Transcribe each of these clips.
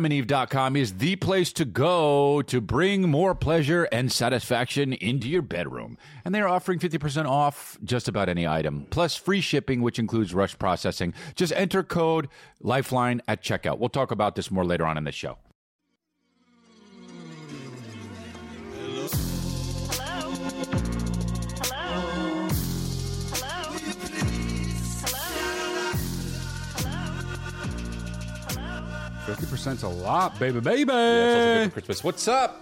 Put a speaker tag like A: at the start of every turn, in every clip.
A: adamandeve.com is the place to go to bring more pleasure and satisfaction into your bedroom. And they're offering 50% off just about any item, plus free shipping, which includes rush processing. Just enter code LIFELINE at checkout. We'll talk about this more later on in the show.
B: Hello? Hello? Hello? Hello?
A: Fifty percent's a lot, baby, baby.
C: That's also good for Christmas. What's up?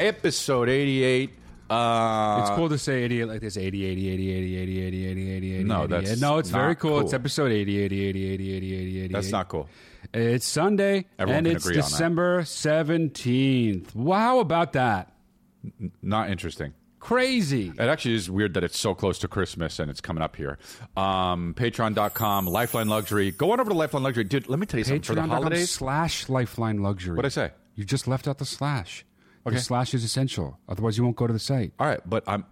A: Episode eighty-eight. Uh,
D: It's cool to say 88 like this 80 80 80 80 80 80 80 80 80.
A: No, that's
D: No, it's
A: not
D: very cool. It's
A: cool.
D: episode 80 80 80 80 80 80 80.
C: That's not cool.
D: It's Sunday
A: Everyone
D: and
A: can
D: it's
A: agree on that.
D: December 17th. Wow about that.
A: Not interesting.
D: Crazy.
A: It actually is weird that it's so close to Christmas and it's coming up here. Um, Patreon.com, Lifeline Luxury. Go on over to Lifeline Luxury, dude. Let me tell you something for the
D: Patreon.com
A: holidays.
D: slash lifeline luxury.
A: What'd I say?
D: You just left out the slash.
A: Okay.
D: The slash is essential. Otherwise, you won't go to the site.
A: All right, but I'm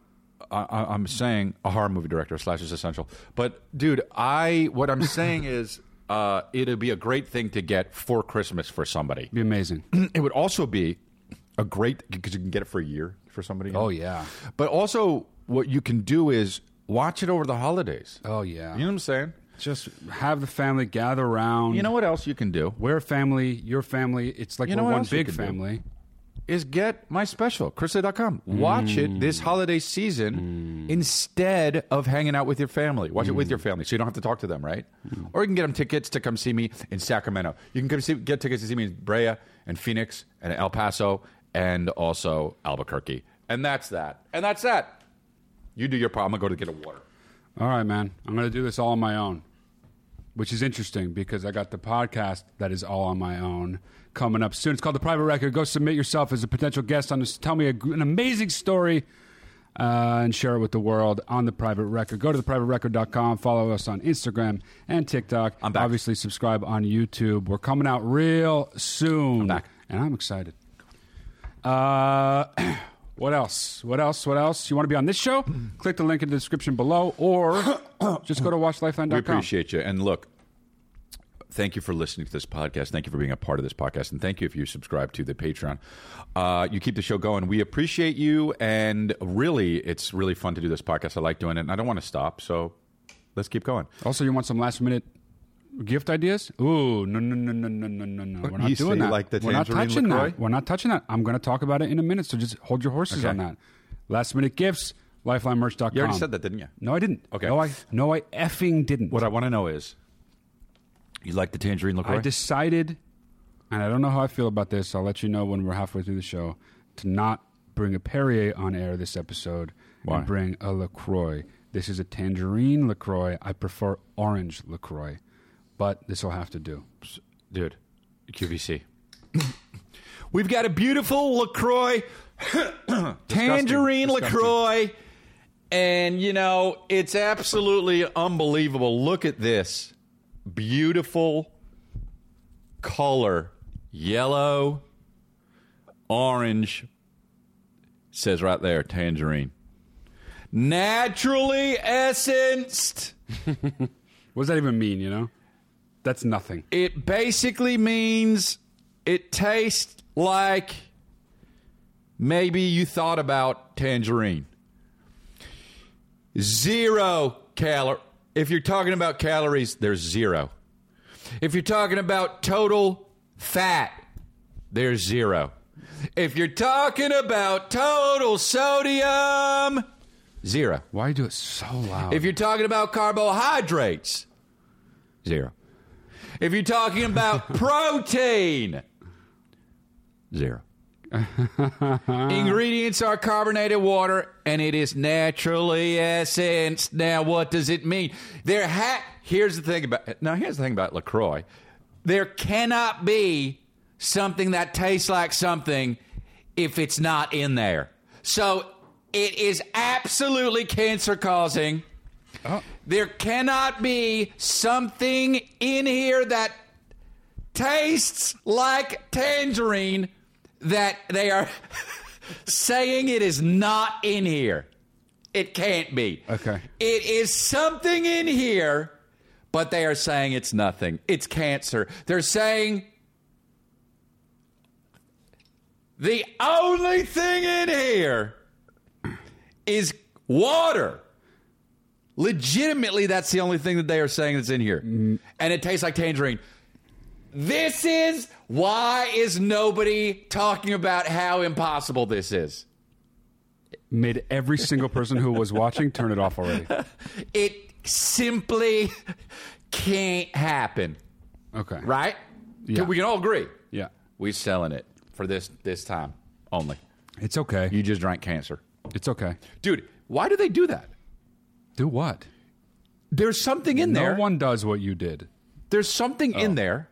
A: I, I- I'm saying a horror movie director slash is essential. But dude, I what I'm saying is uh, it'd be a great thing to get for Christmas for somebody.
D: Be amazing.
A: It would also be a great because you can get it for a year for somebody.
D: oh, yeah.
A: But also, what you can do is watch it over the holidays.
D: Oh, yeah.
A: You know what I'm saying?
D: just have the family gather around.
A: You know what else you can do
D: we're a family, your family. It's like
A: You know
D: we're
A: what
D: one
A: else you
D: big
A: can do?
D: family.
A: is get my special, chrisley.com. Watch it this holiday season instead of hanging out with your family. Watch it with your family so you don't have to talk to them, right? Or you can get them tickets to come see me in Sacramento. You can come see, get tickets to see me in Brea and Phoenix and El Paso and also Albuquerque. And that's that. And that's that. You do your part. I'm going to go to get a water.
D: All right, man. I'm going to do this all on my own, which is interesting because I got the podcast that is all on my own coming up soon. It's called The Private Record. Go submit yourself as a potential guest on this. Tell me a, an amazing story uh, and share it with the world on The Private Record. Go to theprivaterecord.com. Follow us on Instagram and TikTok.
A: I'm back.
D: Obviously, subscribe on YouTube. We're coming out real soon.
A: back.
D: And I'm excited. Uh, what else? What else? What else? You want to be on this show? Click the link in the description below, or just go to watchlifeline.com.
A: We appreciate you. And look, thank you for listening to this podcast. Thank you for being a part of this podcast. And thank you if you subscribe to the Patreon. Uh, you keep the show going. We appreciate you. And really, it's really fun to do this podcast. I like doing it. And I don't want to stop. So let's keep going.
D: Also, you want some last minute gift ideas? Ooh, no, no, no, no, no, no, no, no. We're not
A: You
D: doing
A: say
D: that.
A: like the
D: We're not
A: Tangerine
D: touching
A: LaCroix?
D: that. We're not touching that. I'm going to talk about it in a minute, so just hold your horses
A: Okay.
D: on that. Last minute gifts, lifelinemerch.com.
A: You already said that, didn't you?
D: No, I didn't.
A: Okay.
D: No, I no, I effing didn't.
A: What I want to know is you like the tangerine LaCroix?
D: I decided, and I don't know how I feel about this. I'll let you know when we're halfway through the show to not bring a Perrier on air this episode
A: Why?
D: and bring a Lacroix. This is a tangerine Lacroix. I prefer orange Lacroix, but this will have to do.
A: Dude, QVC. We've got a beautiful LaCroix, tangerine
D: Disgusting.
A: LaCroix. And, you know, it's absolutely unbelievable. Look at this beautiful color yellow, orange. Says right there, tangerine. Naturally essenced.
D: What does that even mean? You know, that's nothing.
A: It basically means it tastes like maybe you thought about tangerine. Zero calorie. If you're talking about calories, there's zero. If you're talking about total fat, there's zero. If you're talking about total sodium, zero.
D: Why do it so loud?
A: If you're talking about carbohydrates, zero. If you're talking about protein, zero. Ingredients are carbonated water and it is naturally essenced. Now, what does it mean? There ha- here's the thing about now here's the thing about LaCroix. There cannot be something that tastes like something if it's not in there. So it is absolutely cancer causing. There cannot be something in here that tastes like tangerine that they are saying it is not in here. It can't be.
D: Okay.
A: It is something in here, but they are saying it's nothing. It's cancer. They're saying The only thing in here is water. Legitimately, that's the only thing that they are saying that's in here.
D: Mm-hmm.
A: And it tastes like tangerine. This is why is nobody talking about how impossible this is?
D: Made every single person who was watching turn it off already.
A: It simply can't happen,
D: Okay.
A: right?
D: Yeah.
A: We can all agree.
D: Yeah.
A: We selling it for this this time only.
D: It's okay.
A: You just drank cancer.
D: It's okay.
A: Dude, why do they do that?
D: Do what?
A: There's something in there.
D: No one Oh. does what you did.
A: there's something in there,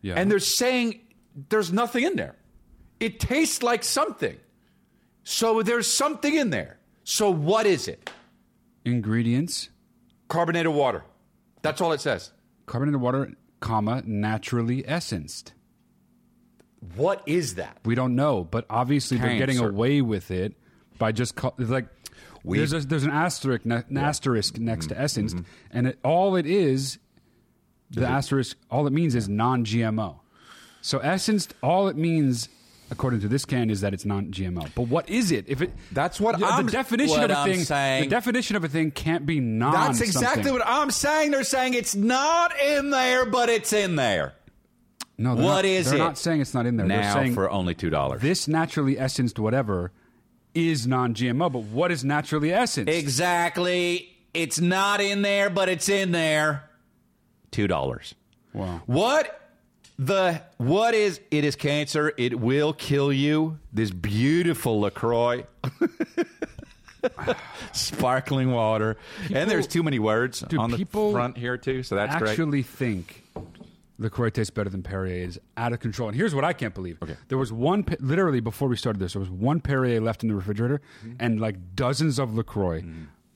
D: Yeah.
A: and they're saying there's nothing in there. It tastes like something. So there's something in there. So what is it?
D: ingredients,
A: Carbonated water. That's all it says.
D: carbonated water, comma, naturally essenced.
A: What is that?
D: We don't know, but obviously they're getting
A: Cancer.
D: away with it by just call, it's like
A: We- Mm-hmm.
D: there's a, there's an asterisk ne- an asterisk next to essenced, and it, all it is, the asterisk, all it means is non-GMO. So essenced, all it means. According to this can, is that it's non-GMO. But what is it? If it
A: That's what
D: the
A: I'm-
D: definition
A: what
D: of a
A: I'm
D: thing.
A: saying.
D: The definition of a thing can't be non.
A: That's exactly
D: something.
A: what I'm saying. They're saying it's not in there, but it's in there.
D: No, they're
A: What
D: not,
A: is
D: they're
A: it?
D: not saying it's not in there. they're
A: Now
D: saying
A: for only two dollars.
D: this naturally essenced whatever is non-GMO, but what is naturally essenced?
A: Exactly. It's not in there, but it's in there. Two dollars.
D: wow.
A: What the what is it is cancer. It will kill you. This beautiful LaCroix. Sparkling water. and there's too many words
D: Dude,
A: on the
D: people
A: front here too, so that's great.
D: Actually, think Lacroix tastes better than Perrier is out of control. And here's what I can't believe: okay. there was one, pe- literally before we started this, there was one Perrier left in the refrigerator,
A: Mm-hmm.
D: and like dozens of Lacroix.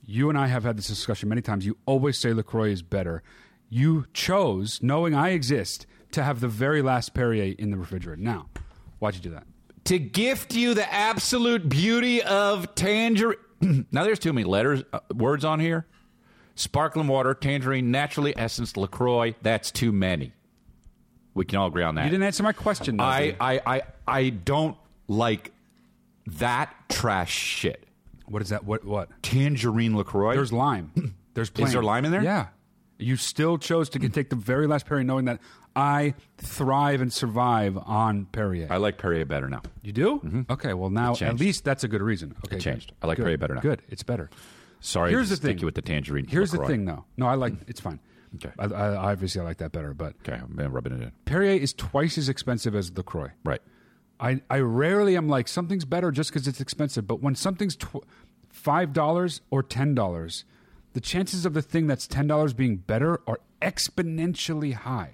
D: You and I have had this discussion many times. You always say Lacroix is better. You chose, knowing I exist, to have the very last Perrier in the refrigerator. Now, why'd you do that?
A: to gift you the absolute beauty of tangerine. now there's too many letters, uh, words on here. Sparkling water, tangerine, naturally essenced Lacroix. That's too many. We can all agree on that.
D: You didn't answer my question.
A: I,
D: Leslie.
A: I, I, I don't like that trash shit.
D: what is that? What what?
A: Tangerine Lacroix.
D: There's lime. There's plain.
A: there lime in there?
D: Yeah. You still chose to get, take the very last Perrier, knowing that I thrive and survive on Perrier.
A: I like Perrier better now.
D: you do? Okay. Well, now at
A: Uh, mm-hmm. changed.
D: least that's a good reason. Okay.
A: changed.
D: good.
A: I like
D: Good.
A: Perrier better now.
D: Good. It's better.
A: Sorry,
D: Here's
A: to
D: the
A: stick
D: thing.
A: you with the tangerine.
D: Here's
A: LaCroix.
D: the thing, though. No, I like it's fine.
A: Mm-hmm. Okay.
D: I, I, obviously, I like that better. But
A: Okay, I'm rubbing it in.
D: Perrier is twice as expensive as Lacroix.
A: Right.
D: I, I rarely am like something's better just because it's expensive. But when something's tw- five dollars or ten dollars, the chances of the thing that's ten dollars being better are exponentially high.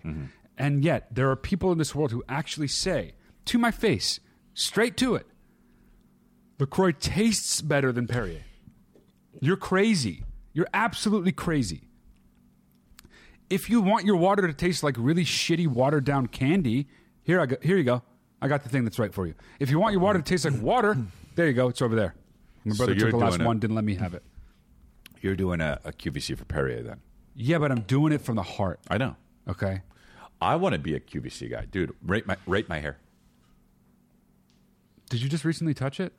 D: And yet, there are people in this world who actually say to my face, straight to it, Lacroix tastes better than Perrier. You're crazy. You're absolutely crazy. If you want your water to taste like really shitty watered down candy, here I go. Here you go. I got the thing that's right for you. If you want your water to taste like water, there you go. It's over there. My
A: So
D: brother
A: you're
D: took the last
A: doing it.
D: one, didn't let me have it.
A: You're doing a, a QVC for Perrier then.
D: Yeah, but I'm doing it from the heart.
A: I know.
D: Okay.
A: I want to be a QVC guy, dude. Rate my rate my hair,
D: Did you just recently touch it?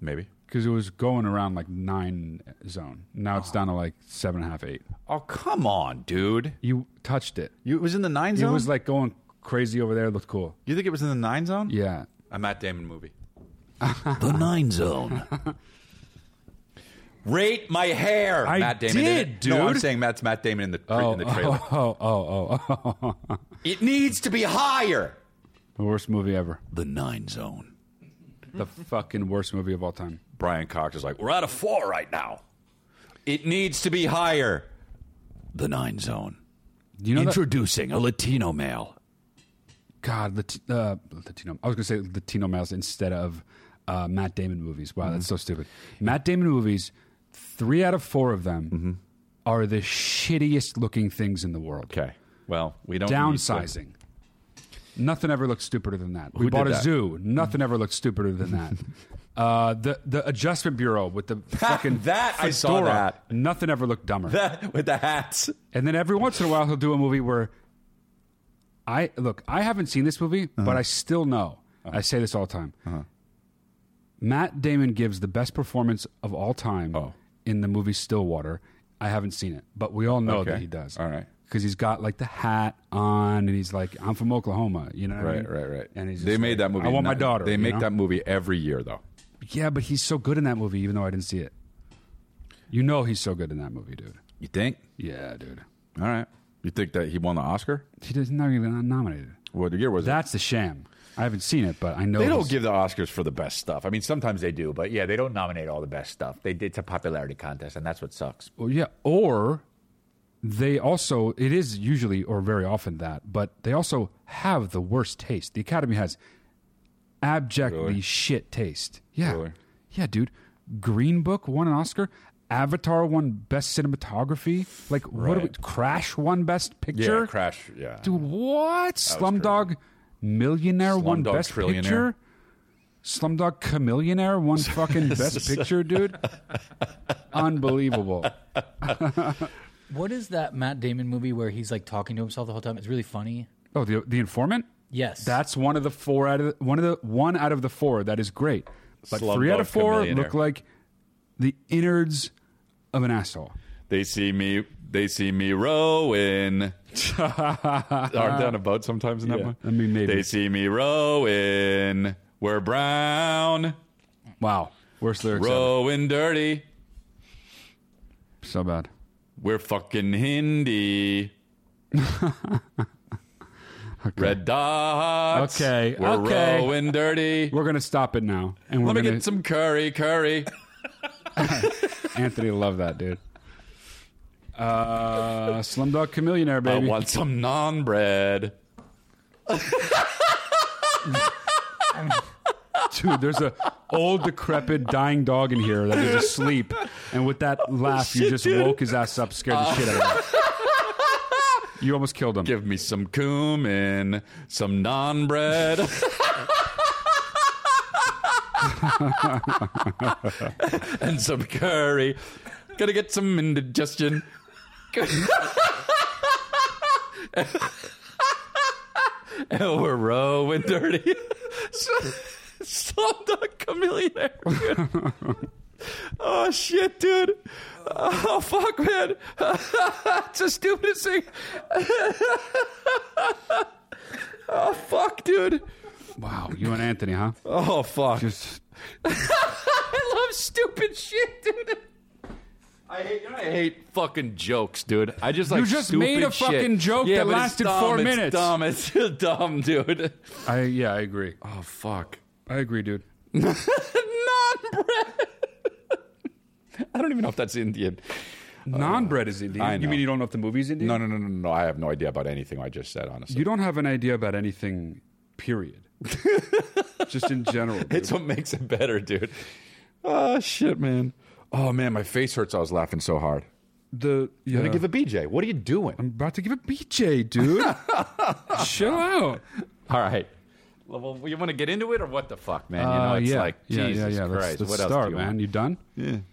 A: maybe.
D: Because it was going around like nine zone. Now it's down to like seven and a half, eight.
A: Oh come on, dude.
D: You touched it.
A: You, it was in the nine zone.
D: It was like going crazy over there. It looked cool.
A: you think it was in the nine zone?
D: Yeah.
A: A Matt Damon movie. the Nine Zone. Rate my hair.
D: I
A: Matt Damon
D: did,
A: it. No, I'm
D: dude.
A: saying Matt's Matt Damon in the, in the trailer.
D: Oh, oh, oh, oh.
A: It needs to be higher.
D: The worst movie ever.
A: The Nine Zone.
D: The fucking worst movie of all time.
A: Brian Cox is like, we're at a four right now. It needs to be higher. The Nine Zone.
D: You know, that,
A: Introducing a Latino male.
D: God, Lat- uh, Latino. I was gonna say Latino males instead of uh, Matt Damon movies. Wow,
A: Mm-hmm.
D: that's so stupid. Matt Damon movies. Three out of four of them
A: Mm-hmm.
D: are the shittiest looking things in the world.
A: Okay. Well, we don't Need
D: Downsizing. Nothing ever looked stupider than that. we
A: did
D: bought a
A: that?
D: zoo. Nothing ever looked stupider than that. uh, the the Adjustment Bureau with the fucking
A: That, I saw
D: fedora,
A: that.
D: Nothing ever looked dumber.
A: to- with the hats.
D: And then every once in a while, he'll do a movie where
A: Uh-huh.
D: I look. I haven't seen this movie, but I still know. I say this all the time. Matt Damon gives the best performance of all time
A: Oh.
D: in the movie Stillwater. I haven't seen it, but we all know that
A: Okay.
D: he does.
A: All right.
D: Because he's got like the hat on, and he's like, "I'm from Oklahoma," you know. what I
A: Right,
D: mean?
A: right, right.
D: And he's
A: they
D: just
A: made
D: like,
A: that movie.
D: I want my
A: not-
D: daughter.
A: They
D: you
A: make
D: know?
A: that movie every year, though.
D: Yeah, but he's so good in that movie, even though I didn't see it. You know he's so good in that movie, dude.
A: You think?
D: Yeah, dude.
A: All right. You think that he won the Oscar?
D: He does not even nominated.
A: What year was
D: That's the sham. I haven't seen it, but I know
A: it? They don't
D: he's-
A: give the Oscars for the best stuff. I mean, sometimes they do, but yeah, they don't nominate all the best stuff. They it's a popularity contest, and that's what sucks.
D: Well, yeah, or they also it is usually or very often that, but they also have the worst taste. The Academy has abjectly
A: Really?
D: shit taste. Yeah,
A: Really?
D: yeah, dude. Green Book won an Oscar. Avatar won best cinematography. Like what? Do we,
A: Right.
D: Crash won best
A: Yeah,
D: picture.
A: Crash. Yeah,
D: Dude, what? Slumdog Millionaire won
A: Slumdog
D: Best
A: Trillionaire.
D: Picture. Slumdog Chameleonaire won fucking Best Picture, dude. Unbelievable.
E: What is that Matt Damon movie where he's like talking to himself the whole time? It's really funny.
D: Oh, the the informant.
E: Yes.
D: That's one of the four out of the, one of the one out of the four that is great. But three out of
A: Slumdog
D: four
A: Chameleonaire.
D: look like the innards of an asshole.
A: they see me. They see me rowing. Aren't they on a boat sometimes in that
D: Yeah.
A: one?
D: I mean, maybe.
A: they see me rowing. We're brown,
D: Wow, worst lyrics ever.
A: rowing dirty.
D: So bad.
A: We're fucking Hindi. Red dots.
D: Okay,
A: We're
D: okay.
A: rowing dirty.
D: We're gonna stop it now, and we're
A: Let me
D: gonna.
A: get some curry, curry.
D: Anthony love that dude. Uh, Slumdog Chameleonaire,
A: I
D: baby.
A: want some non bread.
D: Dude, there's a old, decrepit, dying dog in here that is asleep, and with
A: Oh,
D: that laugh, you just woke his ass up, scared the shit out of him. You almost killed him.
A: Give me some cumin, some non bread. and some curry. Gotta get some indigestion. and we're rowing dirty. Slumdog chameleon. Oh shit, dude! Oh fuck, man! it's the stupidest thing. oh fuck, dude!
D: Wow, you and Anthony, huh?
A: Oh fuck!
D: Just
A: I love stupid shit, dude. I hate, you know, I hate fucking jokes, dude. I just like
D: just
A: stupid
D: made a
A: shit.
D: fucking joke
A: yeah,
D: that
A: but it's
D: lasted
A: dumb,
D: four
A: it's
D: minutes.
A: Dumb, it's dumb, dude.
D: I yeah, I agree.
A: Oh fuck!
D: I agree, dude.
A: Non bread. I don't even know if that's Indian.
D: Non-bread is Indian.
A: Uh, I
D: You
A: know.
D: mean you don't know if the movie's Indian?
A: No, no, no, no, no. I have no idea about anything I just said. Honestly,
D: You don't have an idea about anything, period. just in general. dude.
A: It's what makes it better, dude. Oh shit, man. Oh man, my face hurts. I was laughing so hard.
D: the
A: You're
D: yeah.
A: gonna give a BJ. What are you doing?
D: I'm about to give a BJ, dude. Chill out.
A: All right. Well, you want to get into it or what the fuck, man? You know,
D: Uh,
A: it's
D: yeah.
A: like
D: yeah,
A: Jesus
D: yeah, yeah. Let's-
A: Christ.
D: Let's,
A: what else
D: start,
A: do you
D: man.
A: want?
D: You done?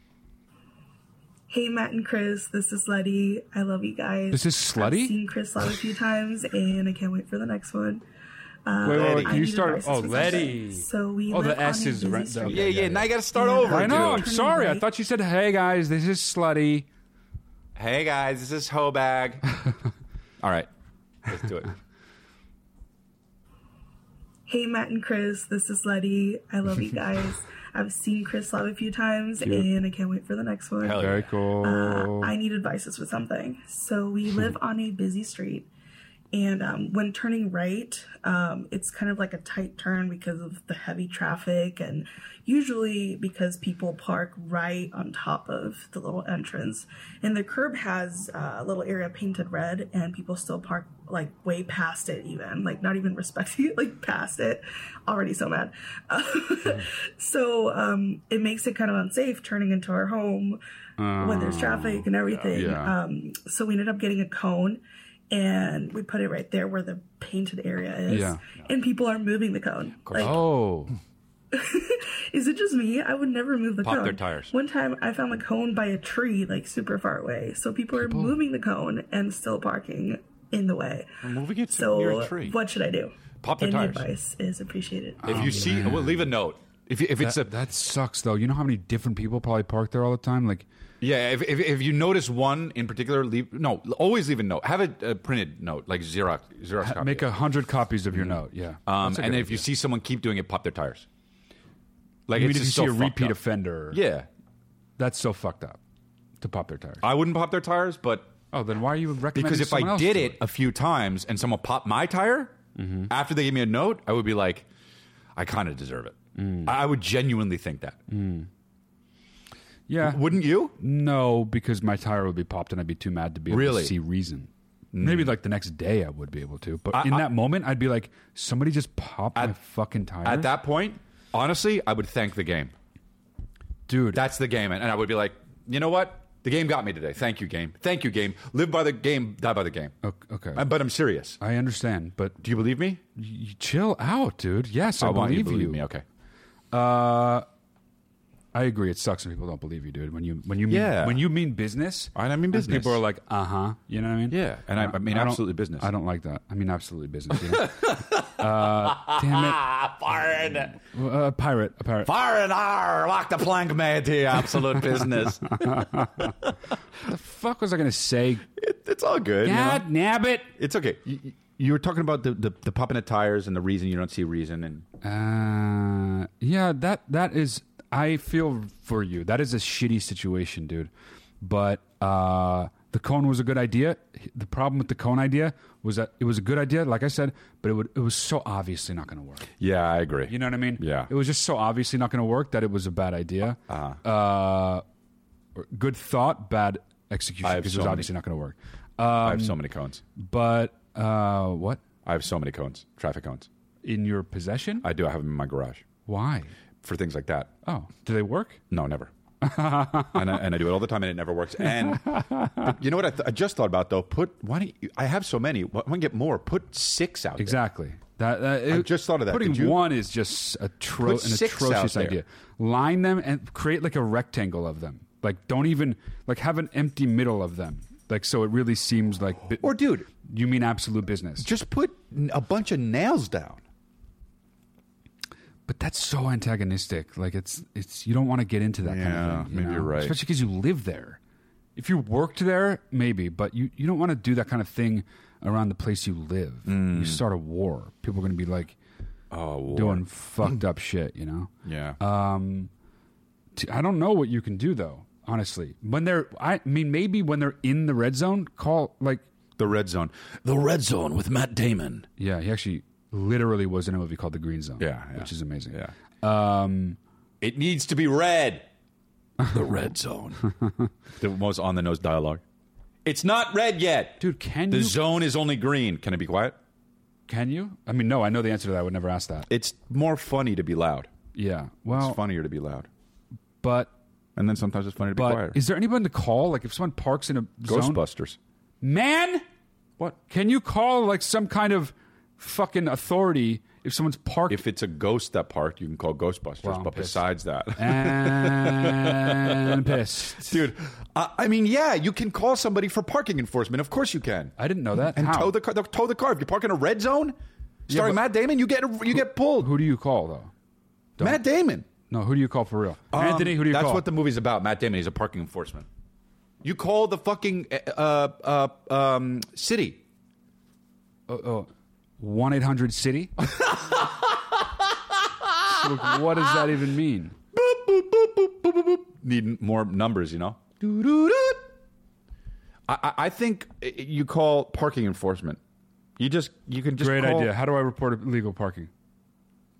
F: Hey, Matt and Chris, this is Letty. I love you guys.
D: This is
F: I've
D: slutty.
F: seen Chris live a few times, and I can't wait for the next one. Uh,
D: Wait, wait, wait.
F: I
D: Can you
F: need
D: start?
F: advice
D: Oh,
F: for
D: Letty.
F: something. So we
D: Oh, the
F: live on
D: S
F: a
D: is
F: busy
D: right-
F: street.
D: okay.
A: Yeah, yeah. Now you got to start
F: Yeah.
A: over.
D: I know.
A: dude.
D: I'm sorry. I thought you said, "Hey guys, this is slutty."
A: Hey guys, this is Hobag. All right, let's do it.
F: Hey, Matt and Chris, this is Letty. I love you guys. I've seen Chris live a few times, and I can't wait for the next one.
A: Hell yeah.
D: Very cool.
F: Uh, I need advices for something. So we live on a busy street, and um, when turning right, um, it's kind of like a tight turn because of the heavy traffic, and usually because people park right on top of the little entrance. And the curb has uh, a little area painted red, and people still park like way past it, even like not even respecting it, like past it. Already so mad. so um, it makes it kind of unsafe turning into our home when there's traffic and everything.
D: Oh, yeah.
F: Um, so we ended up getting a cone and we put it right there where the painted area is.
D: Yeah.
F: And people are moving the cone. Like,
D: Oh,
F: is it just me? I would never move the
A: Pop
F: cone.
A: their tires.
F: One time I found the cone by a tree, like super far away. So people, are moving the cone and still parking in the way.
A: Moving it
F: So what should I do?
A: Pop their
F: Any
A: tires.
F: advice is appreciated.
A: If you see, well, leave a note. If, you- if it's a
D: Oh, That sucks though. You know how many different people probably park there all the time? Like
A: Yeah, if, if, if you notice one in particular, leave no. Always leave a note. Have a, a printed note, like Xerox. Xerox copy.
D: make a hundred copies of your note. Yeah.
A: um,
D: That's a
A: and
D: good
A: if you
D: idea.
A: see someone keep doing it, pop their tires. Like it's
D: You mean if you
A: just
D: see
A: so
D: a
A: fucked
D: repeat
A: up.
D: offender,
A: Yeah,
D: that's so fucked up to pop their tires.
A: I wouldn't pop their tires, but
D: Oh, then why are you recommending?
A: because if
D: someone
A: I
D: else Mm-hmm.
A: did
D: do
A: it a few times and someone popped my tire after they gave me a note, I would be like, I kind of deserve it.
D: Mm.
A: I I would genuinely think that.
D: yeah,
A: Wouldn't you?
D: no, because my tire would be popped and I'd be too mad to be able
A: Really? Hmm.
D: to see reason. Maybe like the next day I would be able to, but in
A: I-
D: that moment I'd be like, somebody just popped my fucking tire.
A: At that point, honestly, I would thank the game.
D: dude,
A: That's the game. And and I would be like, you know what? The game got me today. Thank you, game. Thank you, game. Live by the game, die by the game.
D: O- okay.
A: Uh, But I'm serious.
D: I understand, but
A: Do you believe me?
D: you chill out, dude. Yes, I,
A: I want you to
D: believe
A: believe me. Okay.
D: I agree. It sucks when people don't believe you, dude. When you when you
A: Yeah.
D: mean, when you mean business,
A: I mean
D: and
A: business.
D: People are like, uh huh. You know what I mean?
A: Yeah, and I- I mean
D: don't-
A: absolutely business.
D: I don't like that. I mean absolutely business. You know? uh, damn
A: Ah, foreign,
D: it, uh, a pirate, a pirate.
A: foreign, R, walk the plank, matey. Absolute business.
D: the fuck was I gonna say?
A: It- it's all good. you know?
D: God nab it.
A: It's okay. You, you- you were talking about the, the, the popping of tires and the reason you don't see reason. And
D: Uh, yeah, that that is. I feel for you. That is a shitty situation, dude. But uh, the cone was a good idea. The problem with the cone idea was that it was a good idea, like I said, but it would it was so obviously not going to work.
A: yeah, I agree.
D: You know what I mean?
A: Yeah.
D: It was just so obviously not going to work that it was a bad idea. Uh-huh. good thought, bad execution
A: I have
D: because
A: so
D: it was
A: many-
D: obviously not going to work. Uh,
A: I have so many cones.
D: But uh, what
A: I have so many cones, traffic cones.
D: in your possession?
A: I do. I have them in my garage
D: Why?
A: for things like that.
D: Oh, do they work?
A: No, never. and, I, and I do it all the time, and it never works. And but you know what? I, th- I just thought about though. Put why don't you, I have so many? Why don't I get more? Put six out. there.
D: Exactly. That, that
A: I
D: it-
A: just thought of that.
D: Putting
A: Did you-
D: one is just atro-
A: Put
D: an
A: six out
D: atrocious
A: there.
D: idea. Line them and create like a rectangle of them. Like don't even like have an empty middle of them. Like so it really seems like. bi-
A: Or, dude.
D: you mean absolute business?
A: Just put n- a bunch of nails down.
D: but that's so antagonistic. Like it's it's you don't want to get into that kind
A: Yeah,
D: of thing. you
A: maybe
D: know?
A: you're right.
D: Especially because you live there. If you worked there, maybe, but you, you don't want to do that kind of thing around the place you live. You start a war. People are going to be like
A: Mm. Oh, war.
D: doing fucked up shit, you know?
A: yeah.
D: T- I don't know what you can do though, honestly. When they're I mean maybe when they're in the red zone, call like
A: the red zone. The red zone with Matt Damon.
D: yeah, he actually literally was in a movie called The Green Zone.
A: Yeah, yeah.
D: Which is amazing.
A: Yeah. Um, it needs to be red. The red zone. the most on the nose dialogue. It's not red yet.
D: Dude, can
A: the
D: you
A: zone is only green. Can I be quiet?
D: can you? I mean no, I know the answer to that. I would never ask that.
A: It's more funny to be loud.
D: Yeah. Well,
A: It's funnier to be loud.
D: but
A: And then sometimes it's funny to be
D: but
A: quiet.
D: is there anyone to call? Like if someone parks in a zone,
A: Ghostbusters.
D: man,
A: What?
D: can you call like some kind of fucking authority if someone's parked?
A: If it's a ghost that parked, you can call Ghostbusters.
D: Well, I'm
A: but
D: pissed.
A: besides that,
D: and pissed,
A: dude, I, I mean, yeah, you can call somebody for parking enforcement. Of course you can.
D: I didn't know that.
A: And
D: How?
A: tow the car. they'll Tow the car. If you park in a red zone, starring Matt Damon, you get you get pulled.
D: who do you call though?
A: Matt Damon.
D: No, who do you call for real? Anthony, who do you
A: Um, That's
D: call?
A: what the movie's about. Matt Damon. He's a parking enforcement. You call the fucking uh, uh, um, city.
D: Oh, one eight hundred city. So, like, what does that even mean?
A: Boop, boop, boop, boop, boop, boop, boop. Need more numbers, you know. Doo, doo, doo. I, I- I think uh, you call parking enforcement. You just you can just
D: Great
A: call-
D: idea. How do I report illegal parking?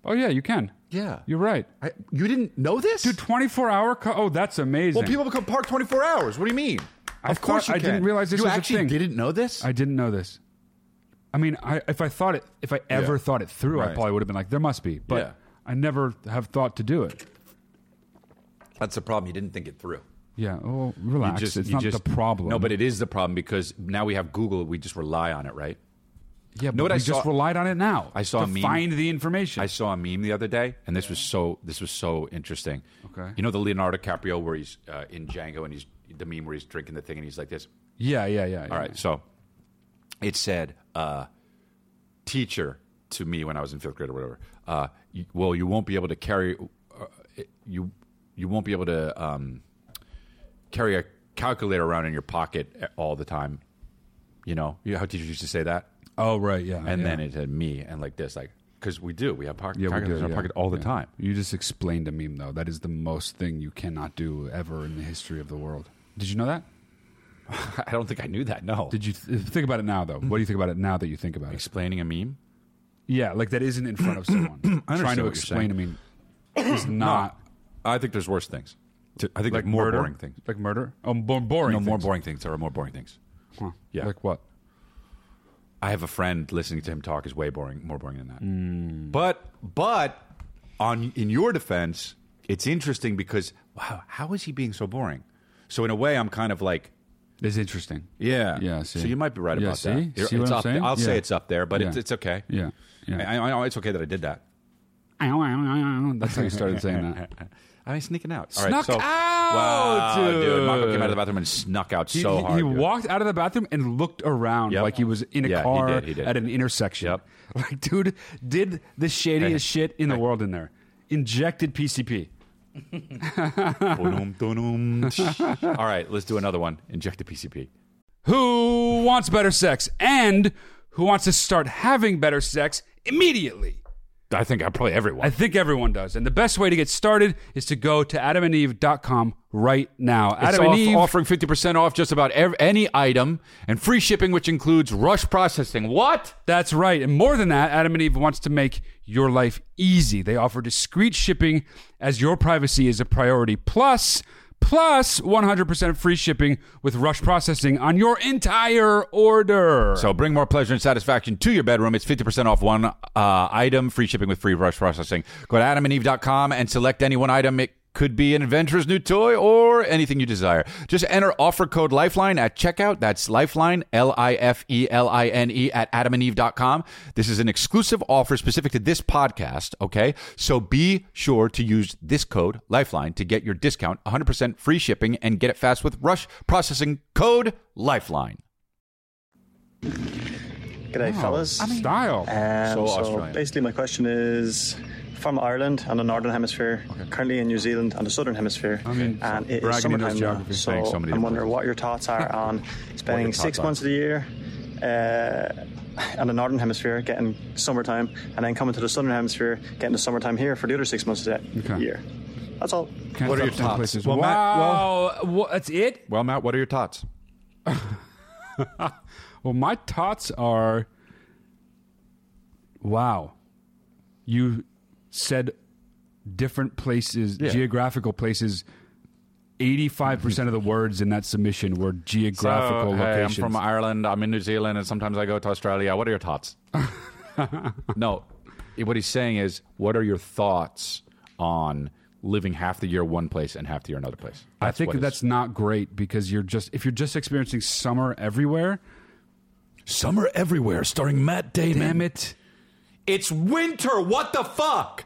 D: Oh yeah, you can.
A: Yeah.
D: you're right.
A: I, you didn't know this,
D: Dude, twenty four hour. Co- oh, that's amazing.
A: Well, people become park twenty four hours. What do you mean?
D: I
A: of course,
D: thought-
A: you
D: I
A: can.
D: didn't realize this
A: you
D: was a
A: actually
D: thing.
A: didn't know this.
D: I didn't know this. I mean, I, if I thought it, if I ever
A: Yeah.
D: thought it through, I
A: Right.
D: probably would have been like, there must be, but
A: Yeah.
D: I never have thought to do it.
A: That's the problem. You didn't think it through.
D: Yeah. Oh, relax. it's not the problem.
A: No, but it is the problem because now we have Google. We just rely on it, right?
D: yeah, but
A: know what
D: we
A: I
D: just
A: saw-
D: relied on it now.
A: I saw
D: to
A: a meme.
D: find the information.
A: I saw a meme the other day, and this was so this was so interesting.
D: Okay.
A: you know the Leonardo DiCaprio where he's uh, in Django, and he's the meme where he's drinking the thing, and he's like this.
D: yeah, yeah, yeah.
A: All right, so it said, uh, "Teacher to me when I was in fifth grade or whatever. Uh, you, well, you won't be able to carry uh, it- you you won't be able to um, carry a calculator around in your pocket all the time. You know, you know how teachers used to say that,
D: Oh right, yeah.
A: and
D: yeah.
A: then it had me and like this, like because we do, we have pocket
D: Yeah, we do,
A: calculators in our
D: yeah,
A: pocket all the
D: yeah.
A: time.
D: You just explained a meme though. That is the most thing you cannot do ever in the history of the world. Did you know that?
A: I don't think I knew that. No,
D: Did you th- think about it now though? What do you think about it now that you think about it?
A: explaining a meme?
D: Yeah, like that isn't in front of someone.
A: understand
D: Trying to
A: what you're
D: explain.
A: saying.
D: I mean, is not
A: I think there's worse things. To- I think like
D: like
A: more
D: murder?
A: boring things.
D: Like murder. Oh, bo- boring.
A: No, more
D: things.
A: boring things. There are more boring things.
D: Huh.
A: Yeah.
D: Like what?
A: I have a friend listening to him talk is way boring, more boring than that.
D: Mm.
A: But but on in your defense, it's interesting because wow, how is he being so boring? So in a way, I'm kind of like
D: It's interesting.
A: yeah,
D: Yeah. See.
A: So you might be right
D: yeah,
A: about
D: see?
A: that. You're-
D: See what
A: it's
D: I'm
A: up-
D: saying?
A: I'll
D: Yeah.
A: say it's up there, but it's
D: Yeah.
A: it's okay.
D: Yeah. Yeah.
A: I, I know it's okay that I did that.
D: That's how you started saying
A: Eh,
D: that.
A: I mean, sneaking out. All
D: Snuck out,
A: wow, dude.
D: dude.
A: Marco came out of the bathroom and snuck out
D: He,
A: so
D: he-
A: hard.
D: he
A: dude.
D: walked out of the bathroom and looked around
A: Yep.
D: like he was in a
A: Yeah, he
D: car
A: did, he did.
D: at an intersection.
A: Yep.
D: Like, dude, did the shadiest shit in the world in there. Injected PCP.
A: Ba-dum, dum-dum. All right, let's do another one. Inject the PCP.
D: Who wants better sex and who wants to start having better sex immediately?
A: I think I probably everyone.
D: I think everyone does. And the best way to get started is to go to adamandeve.com right now.
A: It's
D: Adam and
A: off-
D: Eve.
A: offering 50% off just about ev- any item and free shipping, which includes rush processing. What?
D: That's right. And more than that, Adam and Eve wants to make your life easy. They offer discreet shipping as your privacy is a priority. Plus, plus 100% free shipping with rush processing on your entire order.
A: So bring more pleasure and satisfaction to your bedroom. It's 50% off one uh, item, free shipping with free rush processing. Go to adamandeve.com and select any one item. It could be an adventurous new toy or anything you desire. Just enter offer code LIFELINE at checkout. That's LIFELINE, L I F E L I N E, at adamandeve.com. This is an exclusive offer specific to this podcast, okay? So be sure to use this code, LIFELINE, to get your discount, 100% free shipping, and get it fast with rush processing code LIFELINE.
G: G'day, fellas.
D: Style.
G: Um,
A: So
G: so,
A: Australian.
G: basically, my question is from Ireland and the northern hemisphere, currently in New Zealand and the southern hemisphere. I
D: mean,
G: and it
D: bragging
G: is
D: in
G: summertime
D: those
G: now,
D: geographies.
G: so
A: Thanks, so many
G: I'm
A: different
G: wondering
A: places.
G: what your thoughts are on spending
A: thoughts
G: six
A: are.
G: months of the year uh, on the northern hemisphere, getting summertime, and then coming to the southern hemisphere, getting the summertime here for the other six months of the
D: Okay.
G: year. That's all.
A: What are your thoughts? Well,
D: Well,
A: Matt,
D: wow. Wha- that's it?
A: Well, Matt, what are your thoughts?
D: Well, my thoughts are wow. You said different places,
A: Yeah.
D: geographical places. 85% of the words in that submission were geographical
A: So, hey,
D: locations.
A: I'm from Ireland. I'm in New Zealand, and sometimes I go to Australia. What are your thoughts? no, what he's saying is, what are your thoughts on living half the year one place and half the year another place?
D: I
A: what
D: think
A: is-
D: that's not great because you're just if you're just experiencing summer everywhere.
A: summer everywhere, starring Matt Damon.
D: Damn it!
A: It's winter. What the fuck?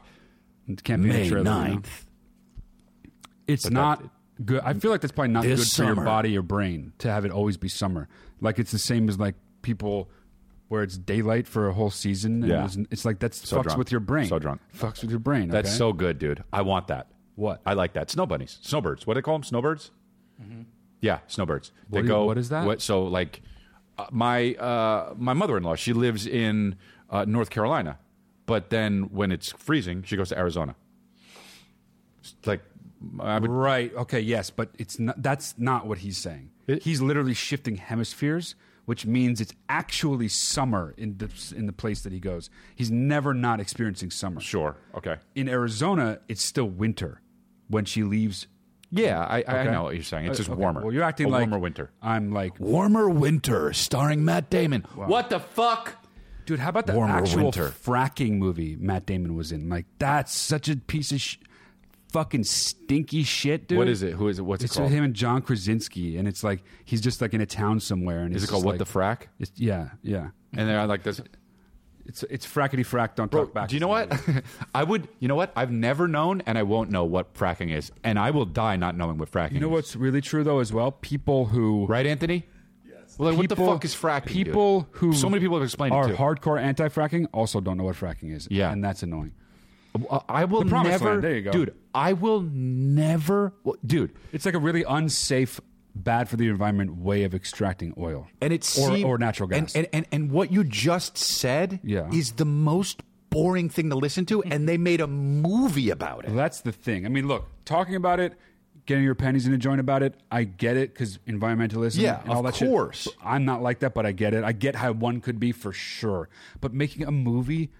D: It can't be a trailer, you know? It's not good. I feel like that's probably not
A: This
D: good for your
A: summer.
D: body or brain to have it always be summer. Like it's the same as like people where it's daylight for a whole season. And
A: Yeah.
D: there's- it's like that's
A: So
D: fucks
A: drunk.
D: with your brain.
A: So drunk.
D: Fucks with your brain.
A: That's
D: okay?
A: so good, dude. I want that.
D: What?
A: I like that. Snow bunnies, snowbirds. What do they call them? Snowbirds. Mm-hmm. Yeah, snowbirds. They
D: What do you-
A: go.
D: what is that?
A: so like, uh, my uh, my mother in law, she lives in uh, North Carolina, but then when it's freezing, she goes to Arizona. It's like, I would,
D: Right. Okay. Yes, but it's not. That's not what he's saying.
A: It-
D: he's literally shifting hemispheres, which means it's actually summer in the in the place that he goes. He's never not experiencing summer.
A: sure, okay,
D: In Arizona, it's still winter when she leaves.
A: yeah, I, I
D: Okay.
A: know what you're saying. It's
D: Uh,
A: just
D: okay.
A: warmer.
D: Well, you're acting
A: A
D: like
A: warmer winter.
D: I'm like,
A: Warmer winter, starring Matt Damon. What the fuck?
D: dude. How about the
A: Warmer
D: actual
A: winter.
D: fracking movie Matt Damon was in? Like, that's such a piece of sh- fucking stinky shit, dude.
A: What is it? Who is it? What's
D: It's
A: it called?
D: him and John Krasinski, and it's like he's just like in a town somewhere. And
A: Is
D: it's
A: it called
D: just
A: What the
D: like-
A: Frack?
D: It's, yeah, yeah.
A: And they're like this.
D: It's it's frackety frack. Don't
A: Bro,
D: talk back.
A: do you know what? I would. You know what? I've never known, and I won't know what fracking is, and I will die not knowing what fracking.
D: You know
A: is.
D: what's really true though as well. People who
A: Right, Anthony? Yes. Well, like, what the
D: people-
A: fuck is fracking? dude?
D: People who
A: so many people have explained
D: are
A: it too.
D: hardcore anti-fracking also don't know what fracking is.
A: Yeah.
D: and that's annoying.
A: I will
D: The Promised
A: never,
D: Land, there you go.
A: dude. I will never, well, dude.
D: It's like a really unsafe, bad for the environment way of extracting oil.
A: And it's
D: or, or natural gas.
A: And, and and and what you just said
D: Yeah.
A: is the most boring thing to listen to, and they made a movie about it.
D: That's the thing. I mean, look, talking about it, getting your pennies in a joint about it, I get it because environmentalism
A: Yeah,
D: and all
A: of
D: that shit.
A: course.
D: But I'm not like that, but I get it. I get how one could be for sure. But making a movie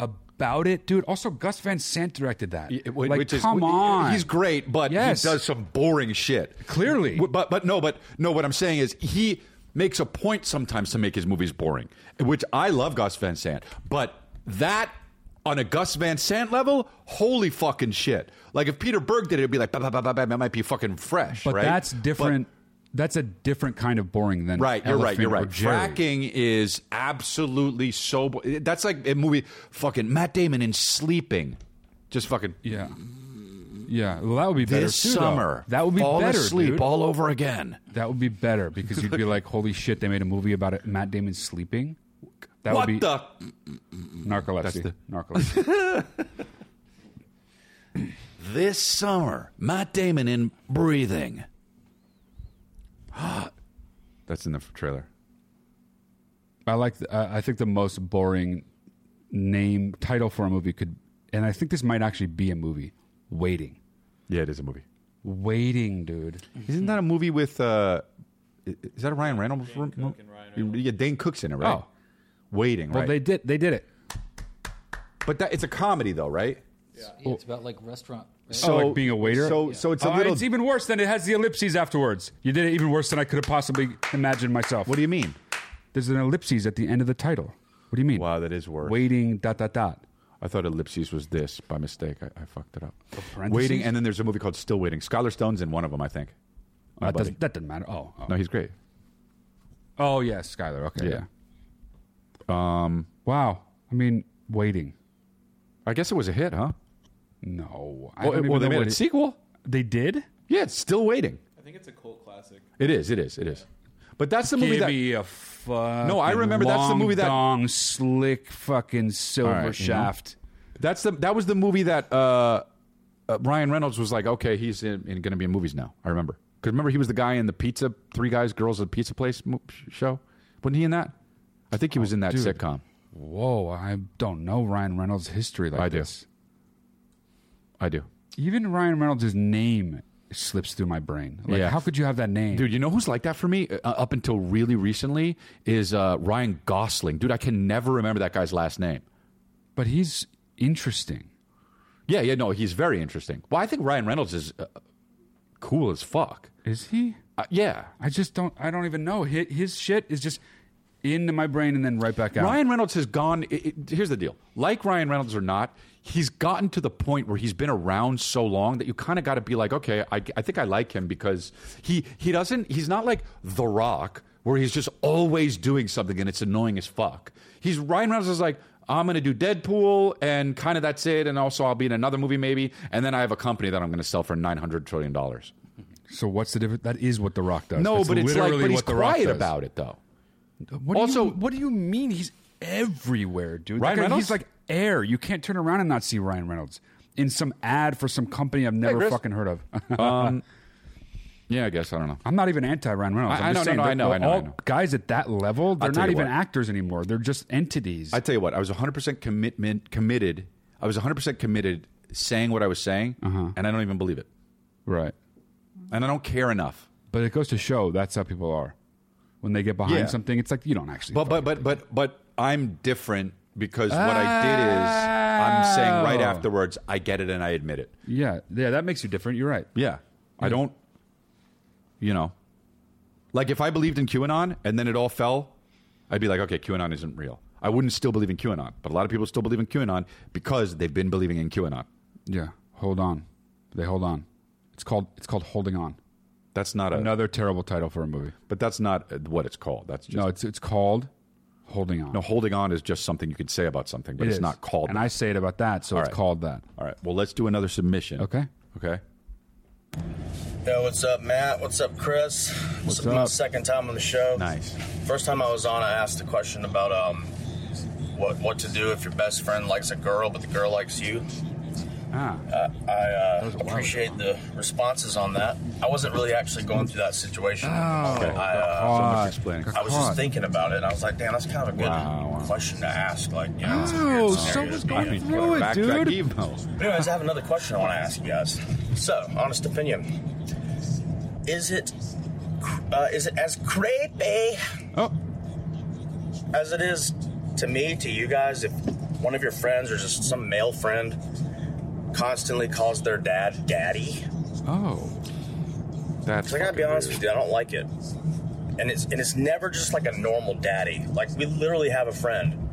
D: about it, dude. Also, Gus Van Sant directed that. like, come on.
A: he's great, but
D: Yes.
A: he does some boring shit.
D: Clearly.
A: W- but but no, but no. What I'm saying is he makes a point sometimes to make his movies boring, which I love Gus Van Sant, but that. On a Gus Van Sant level, holy fucking shit! Like if Peter Berg did it, it'd be like, bah, bah, bah, bah, bah, that might be fucking fresh,
D: But
A: right?
D: that's
A: But-
D: different. that's a different kind of boring than
A: Right, you're right,
D: Elephant
A: you're
D: or
A: right.
D: Jerry.
A: Fracking is absolutely so. bo- That's like a movie, fucking Matt Damon in Sleeping, just fucking
D: Yeah. Yeah. Well, that would be better
A: this
D: too, though.
A: summer.
D: That would be
A: fall
D: better,
A: asleep
D: dude.
A: all over again.
D: That would be better because you'd be like, "Holy shit! They made a movie about it. Matt Damon sleeping." That
A: what
D: would be
A: the?
D: narcolepsy.
A: the-
D: Narcolepsy.
A: This summer, Matt Damon in Breathing. That's in the trailer.
D: I like. The, uh, I think the most boring name title for a movie could, and I think this might actually be a movie. Waiting,
A: Yeah, it is a movie.
D: waiting, dude.
A: Isn't that a movie with? uh i- Is that a Ryan Reynolds? Hmm. Dane Cook and Ryan Reynolds. Yeah, Dane Cook's in it, right?
D: Oh.
A: Waiting,
D: Well,
A: right?
D: they did. They did it.
A: but that, it's a comedy, though, right?
E: It's about like restaurant. right?
D: So, like being a waiter.
A: So, so it's a
D: Oh,
A: little.
D: It's even worse than it has the ellipses afterwards. You did it even worse than I could have possibly imagined myself.
A: what do you mean?
D: There's an ellipses at the end of the title. What do you mean?
A: Wow, that is worse.
D: Waiting. Dot. Dot. Dot. Uh,
A: I thought ellipses was this by mistake. I, I fucked it up.
D: Oh, parentheses?
A: Waiting, and then there's a movie called Still Waiting. Skylar Stone's in one of them, I think. My
D: That
A: buddy.
D: doesn't, that doesn't matter. Oh, oh.
A: No, he's great.
D: Oh yes, Skyler. Okay.
A: Yeah.
D: Yeah. Um. Wow. I mean, waiting.
A: I guess it was a hit, huh?
D: No. I
A: Well,
D: don't even
A: well, they
D: know
A: made
D: what
A: a
D: it-
A: sequel.
D: They did.
A: Yeah, it's Still Waiting.
H: I think it's a cult classic.
A: It is. It is. It is. But that's the movie
D: Give
A: that.
D: me a fuck.
A: No, I remember that's the movie that-
D: long slick fucking silver
A: All right, you know.
D: shaft.
A: That's the. That was the movie that uh, uh, Ryan Reynolds was like, okay, he's in, in going to be in movies now. I remember because remember he was the guy in the pizza, three guys, girls at a pizza place mo- sh- show. Wasn't he in that? I think he was in that
D: dude.
A: sitcom.
D: Whoa, I don't know Ryan Reynolds' history like
A: I do.
D: this.
A: I do.
D: Even Ryan Reynolds' name slips through my brain. Like,
A: Yeah.
D: how could you have that name,
A: Dude, you know who's like that for me uh, up until really recently is uh, Ryan Gosling. Dude, I can never remember that guy's last name.
D: But he's interesting.
A: Yeah, yeah, no, he's very interesting. Well, I think Ryan Reynolds is uh, cool as fuck.
D: Is he?
A: Uh, yeah.
D: I just don't. I don't even know. His, his shit is just into my brain and then right back out.
A: Ryan Reynolds has gone. It, it- here's the deal: like Ryan Reynolds or not, he's gotten to the point where he's been around so long that you kind of got to be like, okay, I, I think I like him because he he doesn't. He's not like The Rock, where he's just always doing something and it's annoying as fuck. He's Ryan Reynolds is like. I'm going to do Deadpool and kind of that's it. And also, I'll be in another movie maybe. And then I have a company that I'm going to sell for $900 trillion.
D: So what's the difference? That is what The Rock does.
A: No,
D: That's
A: but it's like,
D: literally
A: but he's
D: what The Rock
A: quiet
D: does.
A: about it, though.
D: What also,
A: Also-
D: do you, what do you mean he's everywhere, dude? That
A: Ryan
D: guy-
A: Reynolds?
D: He's like air. You can't turn around and not see Ryan Reynolds in some ad for some company I've never
A: Chris.
D: fucking heard of.
A: Um, Yeah, I guess. I don't know.
D: I'm not even anti Ryan Reynolds.
A: I-
D: I'm
A: I
D: just
A: know,
D: saying
A: no, no,
D: that
A: I know, I know,
D: all
A: I know.
D: Guys at that level, they're
A: I'll tell
D: not
A: you
D: even
A: what.
D: actors anymore. They're just entities.
A: I tell you what, I was 100% commitment committed. I was 100% committed saying what I was saying, and I don't even believe it.
D: right.
A: And I don't care enough.
D: But it goes to show that's how people are. When they get behind
A: Yeah.
D: something, it's like you don't actually.
A: But but but but but I'm different because what I did is I'm saying right
D: Oh.
A: afterwards, I get it and I admit it.
D: yeah, yeah, that makes you different. You're right.
A: Yeah. I don't you know. Like if I believed in QAnon and then it all fell, I'd be like, okay, QAnon isn't real. I wouldn't still believe in QAnon, but a lot of people still believe in QAnon because they've been believing in QAnon.
D: Yeah, hold on. They hold on. It's called it's called holding on.
A: That's not a
D: Another terrible title for a movie.
A: but that's not uh, what it's called. That's just
D: No, it's it's called holding on.
A: No, holding on is just something you could say about something, but it's not called.
D: And
A: that.
D: I say it about that, so
A: All
D: it's
A: right.
D: called that.
A: All right. Well, let's do another submission.
D: Okay.
A: Okay.
I: Yo, what's up, Matt? What's up, Chris? What's this will be
D: up?
I: my second time on the show.
A: Nice.
D: Uh,
I: First time I was on, I asked a question about um, what what to do if your best friend likes a girl, but the girl likes you.
D: Ah,
I: I uh,
D: Those are wild.
I: appreciate the responses on that. I wasn't really actually going through that situation.
D: Oh, Okay.
I: I, uh,
A: So
D: God.
A: much explaining.
I: I was
D: God.
I: just thinking about it. and I was like, damn, that's kind of a good
A: Wow, wow.
I: question to ask. Like, you know, it's a weird
D: Oh,
I: scenario
D: someone's
I: to be
D: going
I: in.
A: I mean,
D: through it,
A: back to that
D: dude.
A: email.
I: Anyways, I have another question I want to ask you guys. So, honest opinion, is it cr- uh, is it as creepy
D: Oh,
I: as it is to me to you guys if one of your friends or just some male friend constantly calls their dad daddy?
D: oh.
A: That's
I: I gotta be
A: fucking
I: honest
A: weird.
I: with you, I don't like it. And it's and it's never just like a normal daddy. Like we literally have a friend.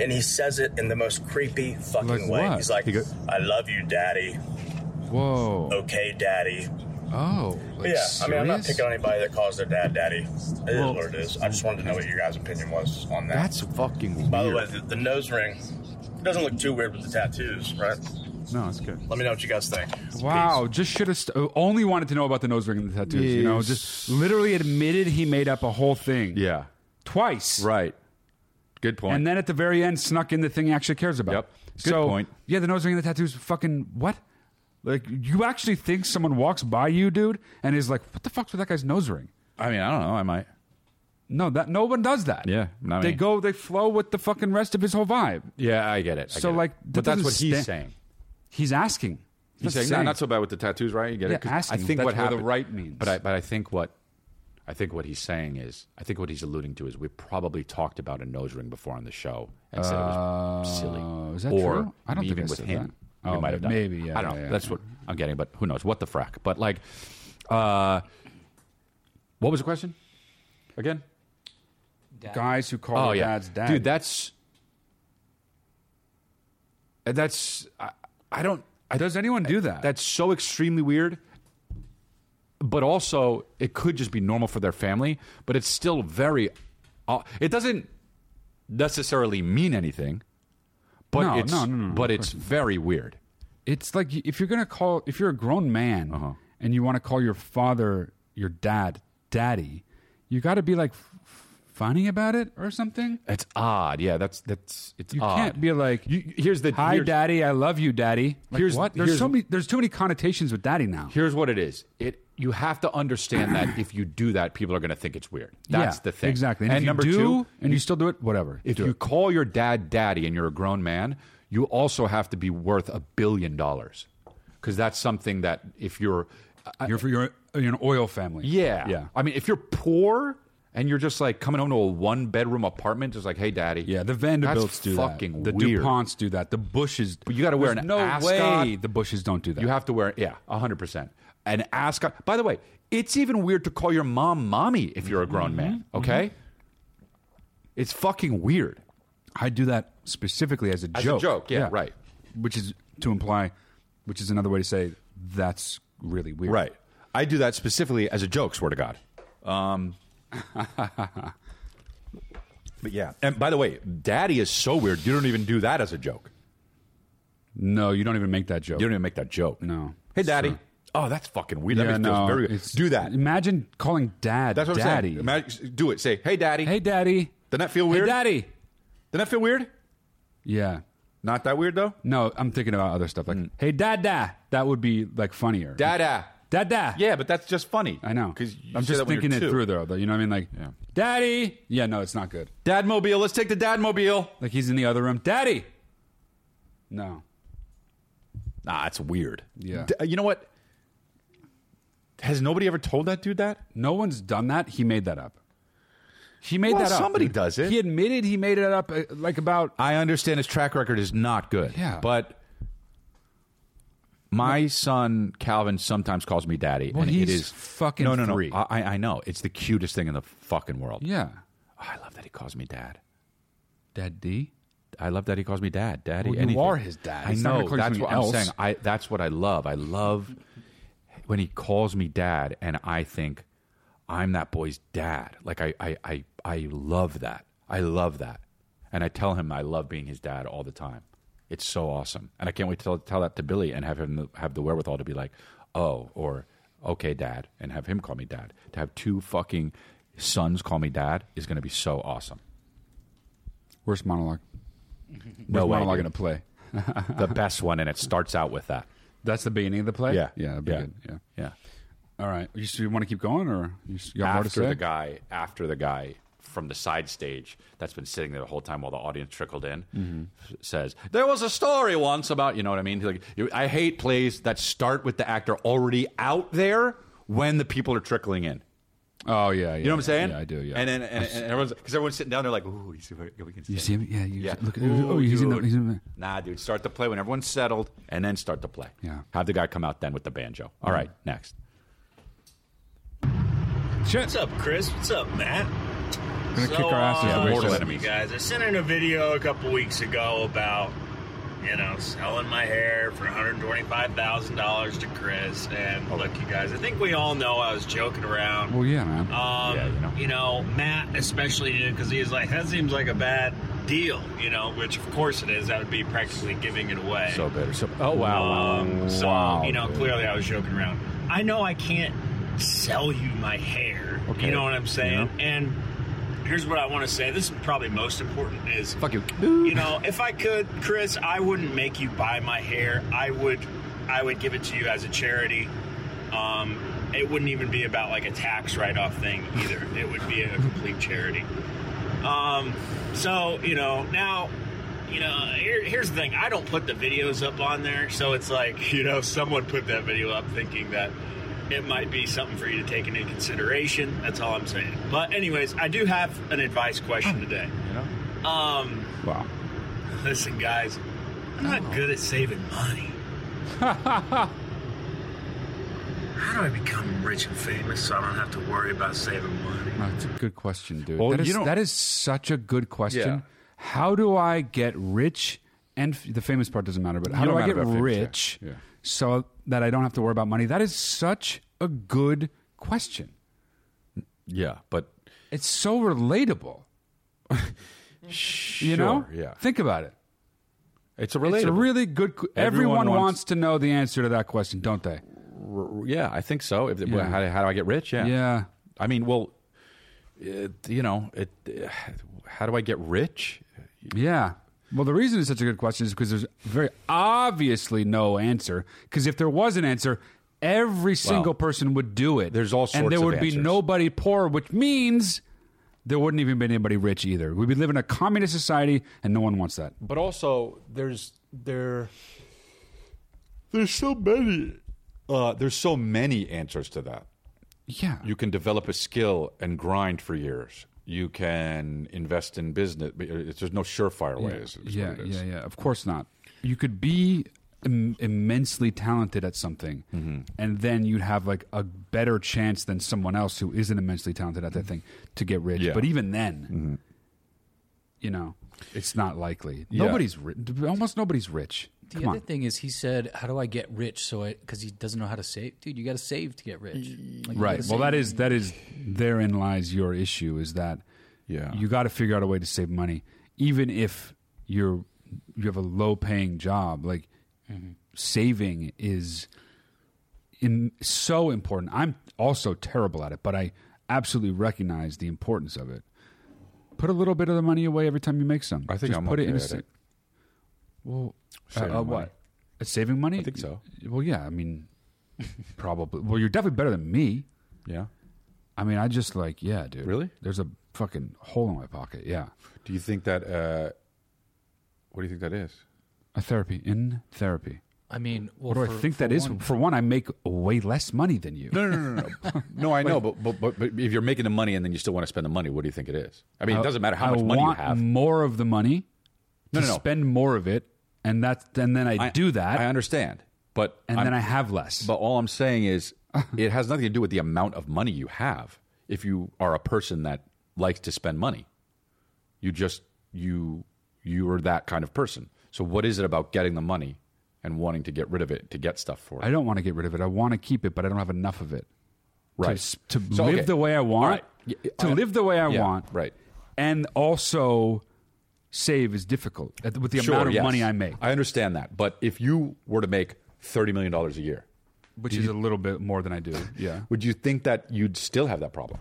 I: And he says it in the most creepy fucking
D: Like
I: way.
D: what?
I: He's like,
D: He go-
I: I love you, daddy.
D: Whoa.
I: Okay, daddy.
D: Oh. Like,
I: yeah, I mean, I'm not
D: serious?
I: picking on anybody that calls their dad daddy. It is
A: Well-
I: what it is. I just wanted to know what your guys' opinion was on that.
A: That's fucking weird.
I: By the way, the, the nose ring doesn't look too weird with the tattoos, right?
D: No, it's good.
I: Let me know what you guys think.
D: Wow, just should have st- uh, only wanted to know about the nose ring and the tattoos. You know,
A: Yes.
D: just literally admitted he made up a whole thing.
A: yeah,
D: twice.
A: right. Good point.
D: And then at the very end, snuck in the thing he actually cares about.
A: Yep. Good
D: so,
A: point.
D: Yeah, the nose ring and the tattoos. Fucking what? Like you actually think someone walks by you, dude, and is like, "What the fuck's with that guy's nose ring?"
A: I mean, I don't know. I might.
D: No, that no one does that.
A: Yeah, not
D: they
A: me.
D: go, they flow with the fucking rest of his whole vibe.
A: Yeah, I get it. I
D: So,
A: get it.
D: like,
A: but
D: that
A: that's
D: doesn't
A: what he's
D: sta-
A: saying.
D: He's asking.
A: He's saying, "No, not so bad with the tattoos, right? You get
D: Yeah,
A: it." 'Cause
D: asking.
A: I think
D: That's
A: what
D: where the
A: happened-
D: right means.
A: But I, but I think what, I think what he's saying is, I think what he's alluding to is we probably talked about a nose ring before on the show and said it was silly.
D: Oh, is that
A: or
D: true? I don't think
A: even
D: I
A: with
D: said
A: him.
D: that.
A: we
D: Oh,
A: might have done.
D: maybe, yeah,
A: I don't know.
D: yeah, yeah.
A: That's what I'm getting. But who knows? What the frack? But like, uh, what was the question? Again?
D: guys who call
A: Oh
D: their
A: yeah,
D: dads dad.
A: dude. That's that's I, I don't. I
D: does anyone do that?
A: that's so extremely weird. But also, it could just be normal for their family. But it's still very. Uh, it doesn't necessarily mean anything. But
D: No,
A: it's
D: no, no, no, no,
A: but
D: of
A: it's very weird.
D: It's like if you're gonna call if you're a grown man
A: Uh-huh.
D: and you want to call your father your dad daddy, you got to be like f- funny about it or something.
A: It's odd. Yeah, that's that's it's
D: You
A: odd.
D: can't be like
A: You- here's the-
D: hi
A: here's-
D: daddy, I love you daddy. Like,
A: Here's-
D: what? There's
A: here's-
D: so many. There's too many connotations with daddy now.
A: Here's what it is. It you have to understand that if you do that, people are going to think it's weird.
D: Yeah,
A: That's the thing.
D: exactly. And,
A: And,
D: if you
A: number
D: do,
A: two,
D: and you still do it, whatever.
A: if
D: do
A: you
D: it.
A: call your dad daddy and you're a grown man, you also have to be worth a billion dollars because that's something that if you're, I-
D: you're, for- you're you're an oil family.
A: yeah,
D: yeah,
A: I mean, if you're poor and you're just like coming home to a one bedroom apartment, just like, hey, daddy,
D: yeah. The
A: that's
D: Vanderbilts do
A: fucking
D: that. The
A: weird.
D: Duponts do that. The Bushes.
A: But you gotta wear
D: There's
A: an
D: no
A: ascot.
D: way. The Bushes don't do that.
A: You have to wear, yeah, hundred percent. And ask. By the way, it's even weird to call your mom mommy if you're a
D: Mm-hmm.
A: grown man. Okay, it's fucking weird.
D: I do that specifically as a
A: As a
D: joke.
A: joke, yeah, right.
D: Which is to imply, which is another way to say that's really weird.
A: Right. I do that specifically as a joke, swear to God. Um, but yeah. And by the way, daddy is so weird. You don't even do that as a joke.
D: No, you don't even make that joke.
A: You don't even make that joke.
D: No.
A: Hey, daddy. Oh, that's fucking weird.
D: Yeah,
A: that makes me feel
D: no,
A: very
D: it's-
A: Do that.
D: Imagine calling dad
A: That's what
D: daddy.
A: I'm saying. Imagine, do it. Say, hey, daddy.
D: hey, daddy.
A: Doesn't that feel
D: Hey,
A: weird?
D: daddy.
A: Doesn't that feel weird?
D: Yeah.
A: Not that weird, though.
D: No, I'm thinking about other stuff like,
A: Mm.
D: hey, dad, dad. That would be like funnier.
A: Dada.
D: Dad, dad.
A: Yeah, but that's just funny.
D: I know.
A: Because
D: I'm just thinking it through, though. though, You know what I mean? Like,
A: Yeah.
D: daddy. Yeah, no, it's not good.
A: Dad mobile. Let's take the dad mobile.
D: Like, he's in the other room. Daddy. No.
A: Nah, it's weird.
D: Yeah.
A: D- uh, you know what? Has nobody ever told that dude that?
D: No one's done that. He made that up. He made
A: Well,
D: that up.
A: somebody
D: dude.
A: does it.
D: He admitted he made it up, uh, like about.
A: I understand his track record is not good.
D: Yeah.
A: But my son Calvin sometimes calls me daddy.
D: Well,
A: and
D: he's
A: it is
D: fucking
A: no, no, no.
D: three.
A: I, I know it's the cutest thing in the fucking world. Oh,
D: Yeah,
A: I love that he calls me dad.
D: Dad D.
A: I love that he calls me dad, daddy.
D: Well, you
A: anything.
D: are his dad.
A: I
D: He's not
A: know.
D: gonna call you
A: That's
D: something
A: what
D: else.
A: I'm saying. I that's what I love. I love when he calls me dad, and I think I'm that boy's dad. Like I I I, I love that. I love that, and I tell him I love being his dad all the time. It's so awesome, and I can't wait to tell, tell that to Billy and have him have the wherewithal to be like, oh, or okay, dad, and have him call me dad. To have two fucking sons call me dad is going to be so awesome.
D: Worst monologue.
A: No
D: Worst
A: way,
D: monologue
A: dude.
D: in a play.
A: the best one, and it starts out with that.
D: That's the beginning of the play.
A: Yeah.
D: yeah, that'd be
A: Yeah.
D: good. Yeah.
A: Yeah.
D: All right. You, so you want to keep going, or you, s- you got more to
A: after
D: say?
A: the guy after the guy from the side stage that's been sitting there the whole time while the audience trickled in
D: Mm-hmm.
A: f- says there was a story once about you know what i mean He's like you- i hate plays that start with the actor already out there when the people are trickling in
D: Oh yeah, yeah.
A: you know what i'm saying
D: Yeah, I do. Yeah.
A: and then and, and everyone's because everyone's sitting down there like ooh you see where we can
D: you see him? Yeah. You
A: yeah
D: Look.
A: Ooh,
D: oh, he's in the.
A: dude.
D: He's in the
A: nah dude start the play when everyone's settled and then start the play
D: Yeah.
A: have the guy come out then with the banjo All right, next
D: Shit.
I: What's up, Chris? What's up, Matt? uh,
D: Gonna kick our asses.
A: Yeah,
D: the way
A: mortal
D: she said it.
A: enemy.
I: You guys, I sent in a video a couple weeks ago about you know selling my hair for one hundred twenty-five thousand dollars to Chris.
D: Oh.
I: And look, you guys, I think we all know I was joking around.
D: Well, yeah,
A: Oh,
D: man.
I: Um,
A: Yeah, you
I: you,
A: know.
I: know. Matt especially did because he was like, that seems like a bad deal, you know, which of course it is. That would be practically giving it away.
A: so bitter so oh wow, wow, wow.
I: Um, so,
A: Wow,
I: you know,
A: dude.
I: clearly I was joking around. I know I can't sell you my hair.
A: Okay.
I: You know what I'm saying?
A: Yeah.
I: And here's what I want to say. This is probably most important is,
A: fuck you
I: you know, if I could, Chris, I wouldn't make you buy my hair. I would, I would give it to you as a charity. Um, it wouldn't even be about like a tax write-off thing either. it would be a complete charity. Um, so you know now, you know here, here's the thing. I don't put the videos up on there, so it's like you know someone put that video up thinking that it might be something for you to take into consideration. That's all I'm saying. But anyways, I do have an advice question today. Um,
D: Wow. Oh.
I: listen, guys, I'm not good at saving money. How do I become rich and famous so I don't have to worry about saving money?
D: That's a good question, dude.
A: Well,
D: that,
A: you
D: is,
A: don't-
D: that is such a good question.
A: Yeah.
D: How do I get rich? And f- the famous part doesn't matter, but how
A: You
D: do
A: don't
D: I
A: matter
D: get
A: about famous, yeah.
D: rich
A: Yeah.
D: so that I don't have to worry about money? That is such a good question.
A: yeah but
D: It's so relatable. you know?
A: Sure, yeah.
D: Think about it.
A: It's a
D: It's a really good. qu- Everyone,
A: Everyone
D: wants,
A: wants-
D: to know the answer to that question, don't they?
A: yeah, I think so. If,
D: Yeah.
A: how, how do I get rich? Yeah,
D: Yeah.
A: I mean, well, it, you know, it, how do I get rich?
D: Yeah. Well, the reason it's such a good question is because there's very obviously no answer. Because if there was an answer, every single person would do it.
A: there's all
D: and
A: sorts
D: there
A: of
D: would be
A: answers.
D: nobody poor, which means there wouldn't even be anybody rich either. We'd be living in a communist society, and no one wants that.
A: But also, there's there, there's so many, uh, there's so many answers to that.
D: Yeah.
A: You can develop a skill and grind for years. You can invest in business. but uh, it's- There's no surefire way. Is, is
D: yeah,
A: what it is.
D: yeah, yeah. Of course not. You could be Im- immensely talented at something,
A: Mm-hmm.
D: and then you'd have like a better chance than someone else who isn't immensely talented at that thing to get rich.
A: Yeah. Mm-hmm.
D: But even then, you know, it's not likely. Nobody's ri- almost nobody's rich.
E: The
D: Come
E: other
D: on.
E: thing is, he said, "How do I get rich?" So, because he doesn't know how to save, dude, you got to save to get rich. Like, you
D: Right.
E: gotta
D: Well,
E: save.
D: that is that is therein lies your issue is that
A: Yeah.
D: you got to figure out a way to save money, even if you're you have a low paying job. Like
A: Mm-hmm.
D: saving is in, so important. I'm also terrible at it, but I absolutely recognize the importance of it. Put a little bit of the money away every time you make some.
A: I think
D: Just
A: I'm
D: put it
A: okay
D: in.
A: at
D: a sa-
A: it.
D: Well, uh,
A: Saving
D: uh,
A: money.
D: what? Uh, Saving money? I
A: think so.
D: Well, yeah. I mean, probably. Well, you're definitely better than me.
A: yeah.
D: I mean, I just like, yeah, dude.
A: Really?
D: There's a fucking hole in my pocket. Yeah.
A: Do you think that? Uh, what do you think that is?
D: A therapy in therapy.
E: I mean,
D: What
E: well,
D: do
E: for-
D: I think that
E: for
D: is?
E: one-
D: For one, I make way less money than you.
A: No, no, no, no, no. no I know, but, but but but if you're making the money and then you still want to spend the money, what do you think it is? I mean, it doesn't matter how
D: I
A: much money you
D: want
A: have.
D: More of the money.
A: No,
D: to
A: no, no.
D: Spend more of it, and that, and then I, do that,
A: I understand, but
D: and
A: I'm-
D: then I have less.
A: But all I'm saying is, it has nothing to do with the amount of money you have. If you are a person that likes to spend money, you just you you are that kind of person. So what is it about getting the money and wanting to get rid of it to get stuff for it?
D: I don't want to get rid of it. I want to keep it, but I don't have enough of it.
A: Right.
D: To, s- to
A: So,
D: live
A: okay.
D: the way I want.
A: Right. Yeah,
D: To
A: I-
D: live the way I
A: yeah,
D: want.
A: right.
D: And also save is difficult at- with the
A: Sure,
D: amount of
A: yes.
D: money I make,
A: I understand that, but if you were to make thirty million dollars a year,
D: which is a little bit more than I do. Yeah.
A: would you think that you'd still have that problem?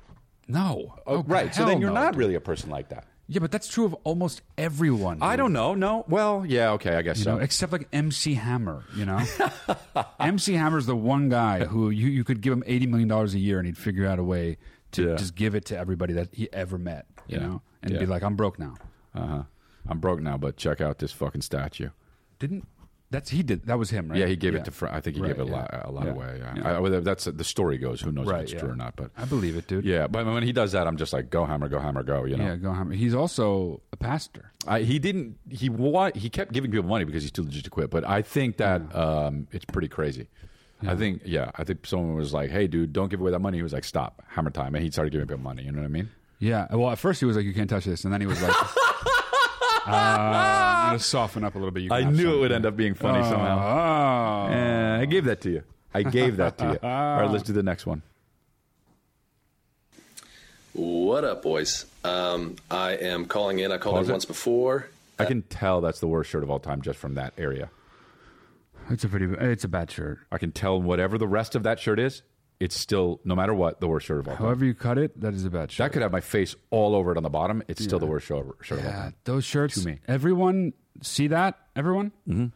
D: No.
A: Oh,
D: Oh,
A: right. So
D: hell
A: then you're
D: no,
A: not
D: dude.
A: really a person like that.
D: Yeah, but that's true of almost everyone.
A: I
D: dude.
A: don't know. No. Well, yeah, okay, I guess
D: You
A: so.
D: know, except like MC Hammer, you know. MC Hammer's the one guy who you, you could give him eighty million dollars a year and he'd figure out a way to
A: Yeah.
D: just give it to everybody that he ever met, you
A: Yeah.
D: know, and
A: Yeah.
D: be like, "I'm broke now."
A: uh-huh. I'm broke now, but check out this fucking statue.
D: Didn't that's he did? That was him, right?
A: Yeah, he gave
D: Yeah.
A: it to. Fr- I think he
D: Right,
A: gave it a
D: yeah.
A: lot, a lot
D: Yeah.
A: away. Yeah.
D: Yeah.
A: I- whether that's the story goes. Who knows
D: Right,
A: if it's
D: yeah.
A: true or not? But
D: I believe it, dude.
A: yeah, but when he does that, I'm just like, go Hammer, go Hammer, go. You know,
D: yeah, go Hammer. He's also a pastor.
A: I, he didn't. He wa- he kept giving people money because he's too legit to quit. But I think that um, it's pretty crazy. I think yeah. I think someone was like, "Hey, dude, don't give away that money." He was like, "Stop, Hammer time," and he started giving people money. You know what I mean?
D: Yeah. Well, at first he was like, "You can't touch this," and then he was like, uh, "I'm gonna soften up a little bit." You can
A: I
D: have
A: knew it
D: some.
A: would end up being funny somehow.
D: Oh.
A: Uh, I gave that to you. I gave that to you. All right, let's do the next one.
H: What up, boys? Um, I am calling in. I called
A: Pause
H: in
A: it.
H: once before.
A: I can tell that's the worst shirt of all time just from that area.
D: It's a pretty. It's a bad shirt.
A: I can tell whatever the rest of that shirt is, it's still, no matter what, the worst shirt of all time.
D: However you cut it, that is a bad shirt.
A: that could have my face all over it on the bottom. It's still the worst show- shirt of all
D: Yeah,
A: time.
D: those shirts.
A: To me.
D: Everyone see that? Everyone? Mm-hmm.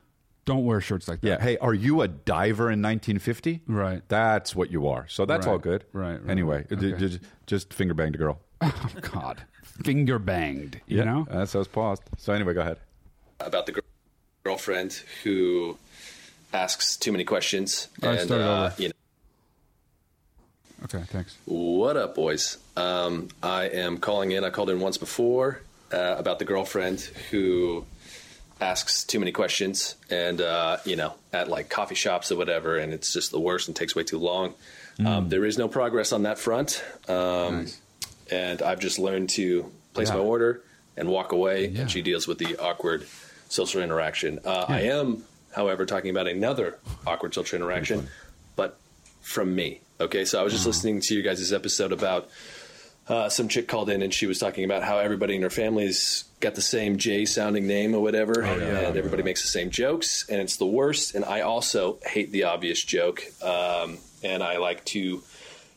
D: Don't wear shirts like that.
A: Yeah. Hey, are you a diver in 1950?
D: Right.
A: That's what you are. So that's
D: Right.
A: all good.
D: Right, right,
A: Anyway,
D: right.
A: d-
D: Okay.
A: d- just finger banged a girl.
D: Oh, God. Finger banged. You know?
A: That's how it's paused. So anyway, go ahead.
H: about the gir- girlfriend who asks too many questions.
D: All right,
H: and,
D: start it
H: uh,
D: over.
H: you know,
D: okay, thanks.
H: what up, boys? Um, I am calling in. I called in once before uh, about the girlfriend who asks too many questions and, uh, you know, at like coffee shops or whatever, and it's just the worst and takes way too long.
A: Mm.
H: Um, there is no progress on that front. Um, And I've just learned to place
D: Yeah.
H: my order and walk away,
D: Yeah.
H: and she deals with the awkward social interaction. Uh, I am, however, talking about another awkward social interaction, but from me. Okay, so I
D: Uh-huh.
H: was just listening to you guys' episode about uh, some chick called in and she was talking about how everybody in her family's got the same J sounding name or whatever,
A: Oh,
H: and everybody makes the same jokes, and it's the worst. And I also hate the obvious joke, um, and I like to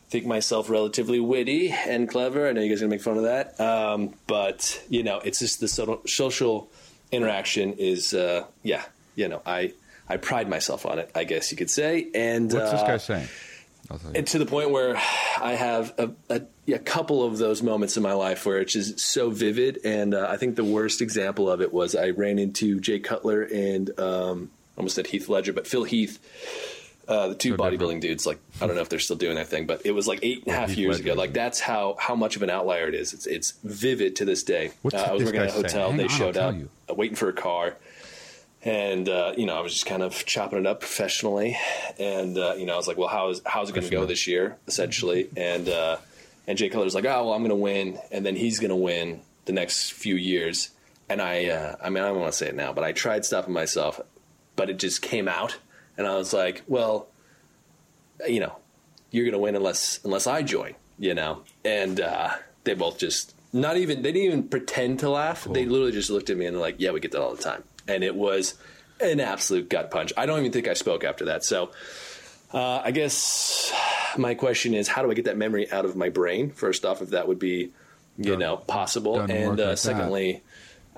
H: think myself relatively witty and clever. I know you guys are gonna make fun of that, um, but you know, it's just the so- social interaction is, uh, yeah, you know, I I pride myself on it, I guess you could say. And
A: What's this
H: uh,
A: guy saying?
H: and to the point where I have a, a, a couple of those moments in my life where it's just so vivid. And uh, I think the worst example of it was I ran into Jay Cutler and um, I almost said Heath Ledger, but Phil Heath. Uh, the two bodybuilding dudes, like I don't know if they're still doing that thing, but it was like eight and a
D: Oh,
H: half
A: Heath
H: years
A: Ledger,
H: ago.
A: isn't
H: Like
A: it?
H: that's how how much of an outlier it is. It's it's vivid to this day. Uh,
A: What's
H: I was
A: this
H: working
A: guy
H: at a hotel.
D: saying?
H: They
D: Hang on, I'll
H: showed
D: tell
H: up
D: you.
H: uh, waiting for a car, and uh, you know I was just kind of chopping it up professionally, and uh, you know I was like, well, how's how's it going to go this year, essentially, and uh, and Jay Cutler's like, oh, well, I'm going to win, and then he's going to win the next few years, and I, uh, I mean, I don't want to say it now, but I tried stopping myself, but it just came out, and I was like, well, you know, you're going to win unless unless I join, you know. And uh, they both just not even they didn't even pretend to laugh. They literally just looked at me and they're like, "Yeah, we get that all the time." And it was an absolute gut punch. I don't even think I spoke after that. So uh, I guess my question is, how do I get that memory out of my brain? First off, if that would be you know possible,
D: doesn't work
H: and
D: like
H: uh,
D: that.
H: secondly.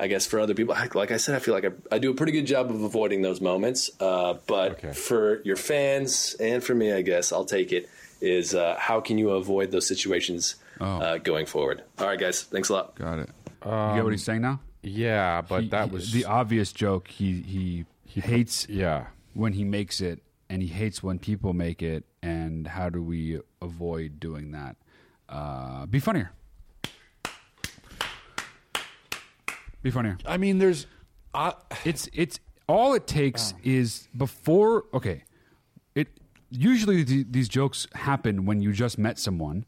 H: I guess for other people, like- like I said, I feel like I, I do a pretty good job of avoiding those moments. Uh, but
A: Okay.
H: for your fans and for me, I guess I'll take it. Is uh, how can you avoid those situations uh, going forward? All right, guys, thanks a lot.
D: Got it. you
A: um,
D: get what he's saying now?
A: Yeah, but
D: He-
A: that
D: he-
A: was
D: the obvious joke. He he, hates
A: yeah.
D: when he makes it, and he hates when people make it. And how do we avoid doing that? Uh, be funnier. Be funnier.
A: I mean, there's. I, Oh.
D: It's it's all it takes is before okay. It usually th- these jokes happen when you just met someone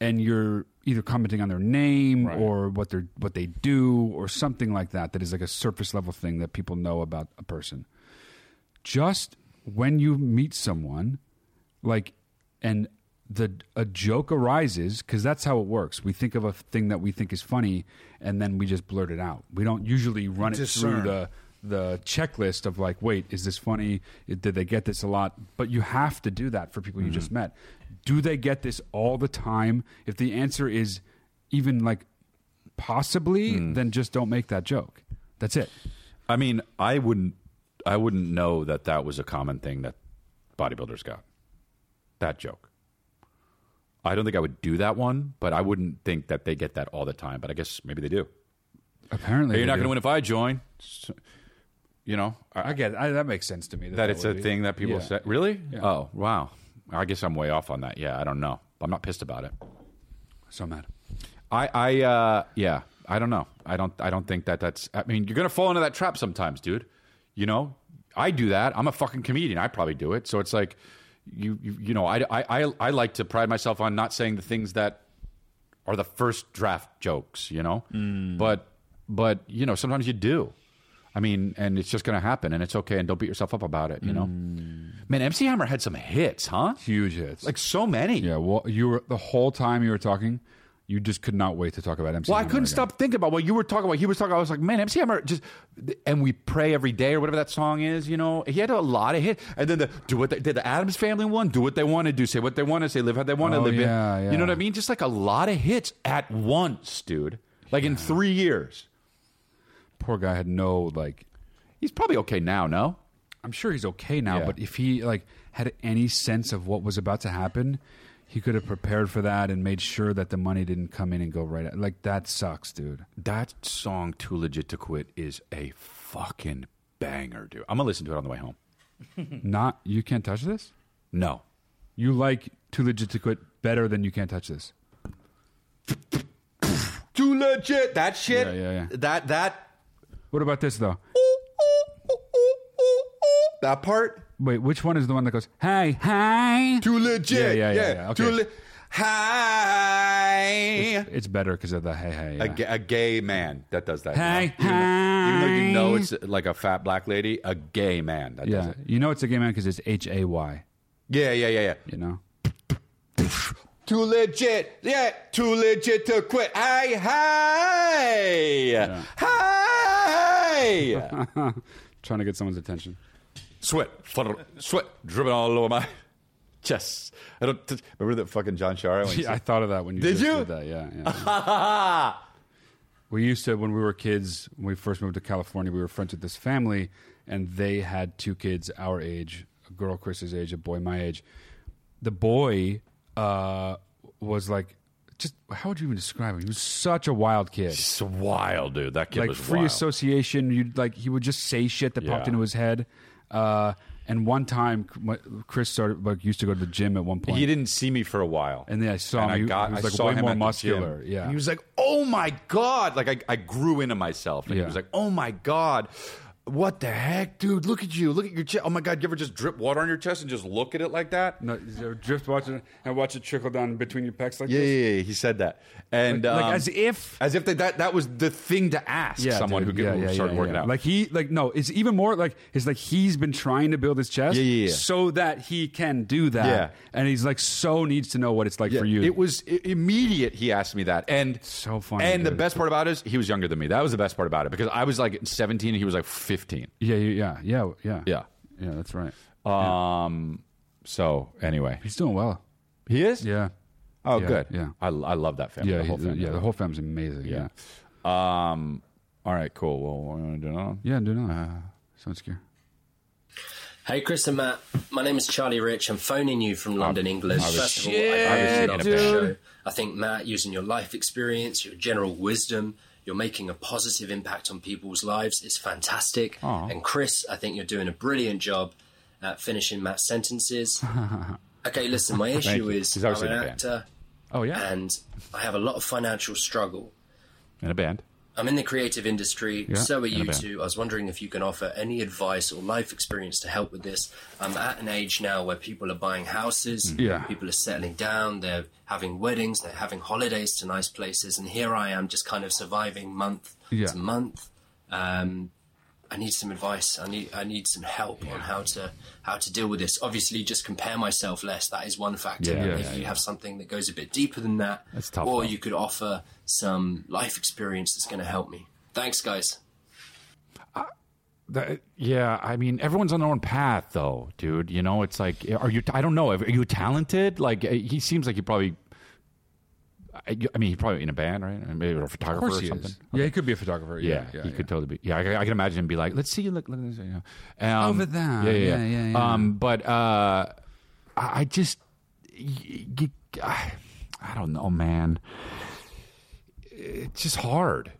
D: and you're either commenting on their name or what they're what they do or something like that that is like a surface level thing that people know about a person. Just when you meet someone like and the a joke arises because that's how it works. We think of a thing that we think is funny, and then we just blurt it out. We don't usually run it
J: Discern.
D: through the the checklist of like, wait, is this funny? Did they get this a lot? But you have to do that for people you just met. Do they get this all the time? If the answer is even like possibly, then just don't make that joke. That's it.
A: I mean, I wouldn't, I wouldn't know that that was a common thing that bodybuilders got. That joke. I don't think I would do that one, but I wouldn't think that they get that all the time. But I guess maybe they do.
D: Apparently,
A: Hey, you're
D: they
A: not
D: do.
A: going to win if I join. S- You know, I,
D: I get it. I, that makes sense to me.
A: that it's
D: would
A: a
D: be-
A: thing that people
D: Yeah.
A: say. Really? Oh, wow. I guess I'm way off on that. Yeah, I don't know. I'm not pissed about it.
D: So mad.
A: I, I, uh, yeah, I don't know. I don't, I don't think that that's. I mean, you're gonna fall into that trap sometimes, dude. You know, I do that. I'm a fucking comedian. I probably do it. So it's like, you, you, you know, I, I, I, I like to pride myself on not saying the things that are the first draft jokes. You know, but, but you know, sometimes you do. I mean, and it's just gonna happen, and it's okay, and don't beat yourself up about it. You know, man, MC Hammer had some hits, huh?
D: Huge hits.
A: Like so many.
D: yeah. Well, you were the whole time you were talking, you just could not wait to talk about MC.
A: Well, I
D: Hammer
A: couldn't
D: again.
A: stop thinking about what you were talking about. He was talking. I was like, man, MC Hammer just, and we pray every day or whatever that song is. You know, he had a lot of hit. And then the do what they did the Adams Family one, do what they want to do, say what they want to say, live how they want to
D: Oh,
A: live.
D: yeah,
A: You know what
D: yeah.
A: I mean? Just like a lot of hits at once, dude. Like in three years,
D: Poor guy had no like.
A: he's probably okay now. No,
D: I'm sure he's okay now,
A: Yeah.
D: but if he like had any sense of what was about to happen, he could have prepared for that and made sure that the money didn't come in and go right. At, like that sucks, dude.
A: that song "Too Legit to Quit" is a fucking banger, dude. I'm gonna listen to it on the way home.
D: Hmm. Not you can't touch this.
A: No,
D: You like too legit to quit better than you can't touch this.
A: too legit. That shit.
D: Yeah, yeah, yeah.
A: That that.
D: What about this though?
A: That part
D: Wait, which one is the one that goes hey hey?
A: Too legit.
D: Yeah, yeah, yeah, yeah.
A: Too
D: Okay.
A: le- hi.
D: It's better because of the hey hey.
A: A,
D: yeah.
A: ga- a gay man that does that.
D: Hey,
A: you know? Even though- Even though
D: hey.
A: you know it's like a fat black lady, a gay man that does
D: Yeah,
A: it.
D: you know it's a gay man because it's H A Y.
A: Yeah, yeah, yeah, yeah.
D: You know.
A: Too legit. Yeah, too legit to quit. Hi, hi. Hi.
D: Trying to get someone's attention.
A: sweat, flutter, sweat dripping all over my chest. I don't t- remember that fucking John Shara when he
D: Yeah, I
A: said,
D: thought of that when you
A: Did
D: just
A: you?
D: did that. Yeah, yeah.
A: ha ha ha.
D: we used to when we were kids. When we first moved to California, we were friends with this family, and they had two kids our age, a girl Chris's age, a boy my age. The boy uh, was like, just how would you even describe him? He was such a wild kid.
A: It's wild, dude. That kid
D: like
A: was
D: free
A: wild.
D: association. You'd like he would just say shit that popped
A: Yeah.
D: into his head. Uh, and one time, my- Chris started like used to go to the gym at one point.
A: He didn't see me for a while,
D: And then I saw
A: And
D: him.
A: I
D: He-
A: got,
D: he was,
A: I
D: like,
A: saw
D: way
A: him
D: more
A: at the
D: muscular.
A: gym.
D: Yeah.
A: and he was like, "Oh my god!" Like I, I grew into myself. Like, He
D: Yeah.
A: was like, "Oh my god, what the heck, dude? Look at you! Look at your chest! Oh my god, you ever just drip water on your chest and just look at it like that?"
D: No, so just watch it and watch it trickle down between your pecs like
A: Yeah,
D: this.
A: yeah, yeah, he said that, and
D: Like- like
A: um,
D: as if-
A: as if they, that that was the thing to ask someone
D: dude.
A: who, get,
D: Yeah, yeah,
A: who started
D: yeah,
A: working
D: yeah.
A: out.
D: Like he, like no, it's even more like it's like he's been trying to build his chest,
A: Yeah, yeah, yeah.
D: so that he can do that.
A: Yeah.
D: and he's like so needs to know what it's like
A: Yeah,
D: for you.
A: It was i- immediate. He asked me that, and
D: So funny,
A: And the
D: dude.
A: best part about it is he was younger than me. That was the best part about it because I was like 17 and he was like 15.
D: yeah, yeah, yeah, yeah, yeah,
A: Yeah.
D: yeah. That's right.
A: Um. So anyway,
D: He's doing well.
A: he is.
D: Yeah,
A: Oh,
D: Yeah,
A: good.
D: yeah.
A: I, I love that family.
D: yeah,
A: the whole
D: he-
A: family.
D: yeah. The whole fam's amazing. Yeah,
A: yeah. Um. All right. Cool. Well, what do you want to do now?
D: yeah. do not. Uh, Sounds scary.
J: Hey, Chris and Matt. My name is Charlie Rich. I'm phoning you from London, England. First of all, I
A: shit,
J: really love the
A: dude.
J: show. I think, Matt, using your life experience, your general wisdom, you're making a positive impact on people's lives is fantastic. And, Chris, I think you're doing a brilliant job at finishing Matt's sentences. okay, listen, my issue
A: you.
J: is
A: He's
J: I'm
A: obviously
J: an
A: a fan.
J: actor
D: Oh yeah.
J: and I have a lot of financial struggle.
A: In a band.
J: I'm in the creative industry. so are
A: in a
J: you
A: band.
J: two. I was wondering if you can offer any advice or life experience to help with this. I'm at an age now where people are buying houses,
D: Yeah.
J: Mm. people are settling down, they're having weddings, they're having holidays to nice places, and here I am just kind of surviving month
D: Yeah.
J: to month. Um, I need some advice. I need I need some help on how to how to deal with this. Obviously, just compare myself less. That is one factor.
D: Yeah,
J: if
D: yeah,
J: you have something that goes a bit deeper than that,
A: That's tough,
J: or
A: though.
J: you could offer some life experience that's going to help me. Thanks, guys.
A: That, yeah, I mean, everyone's on their own path, though, dude. You eh, know, it's like, are you? I don't know. Are you talented? Like, he seems like he probably. I, I mean, he's probably in a band, right? Or Maybe a photographer
D: course
A: or
D: he
A: something.
D: is. Yeah, he could be a photographer. Yeah,
A: Yeah,
D: yeah,
A: he
D: yeah.
A: could totally be. Yeah, I, I can imagine him be like, "Let's see you look, look at this." You know. um,
D: Over there.
A: Yeah, yeah, yeah.
D: Yeah, yeah, yeah.
A: Um, but uh, I I just, y- y- I I don't know, man. It's just hard.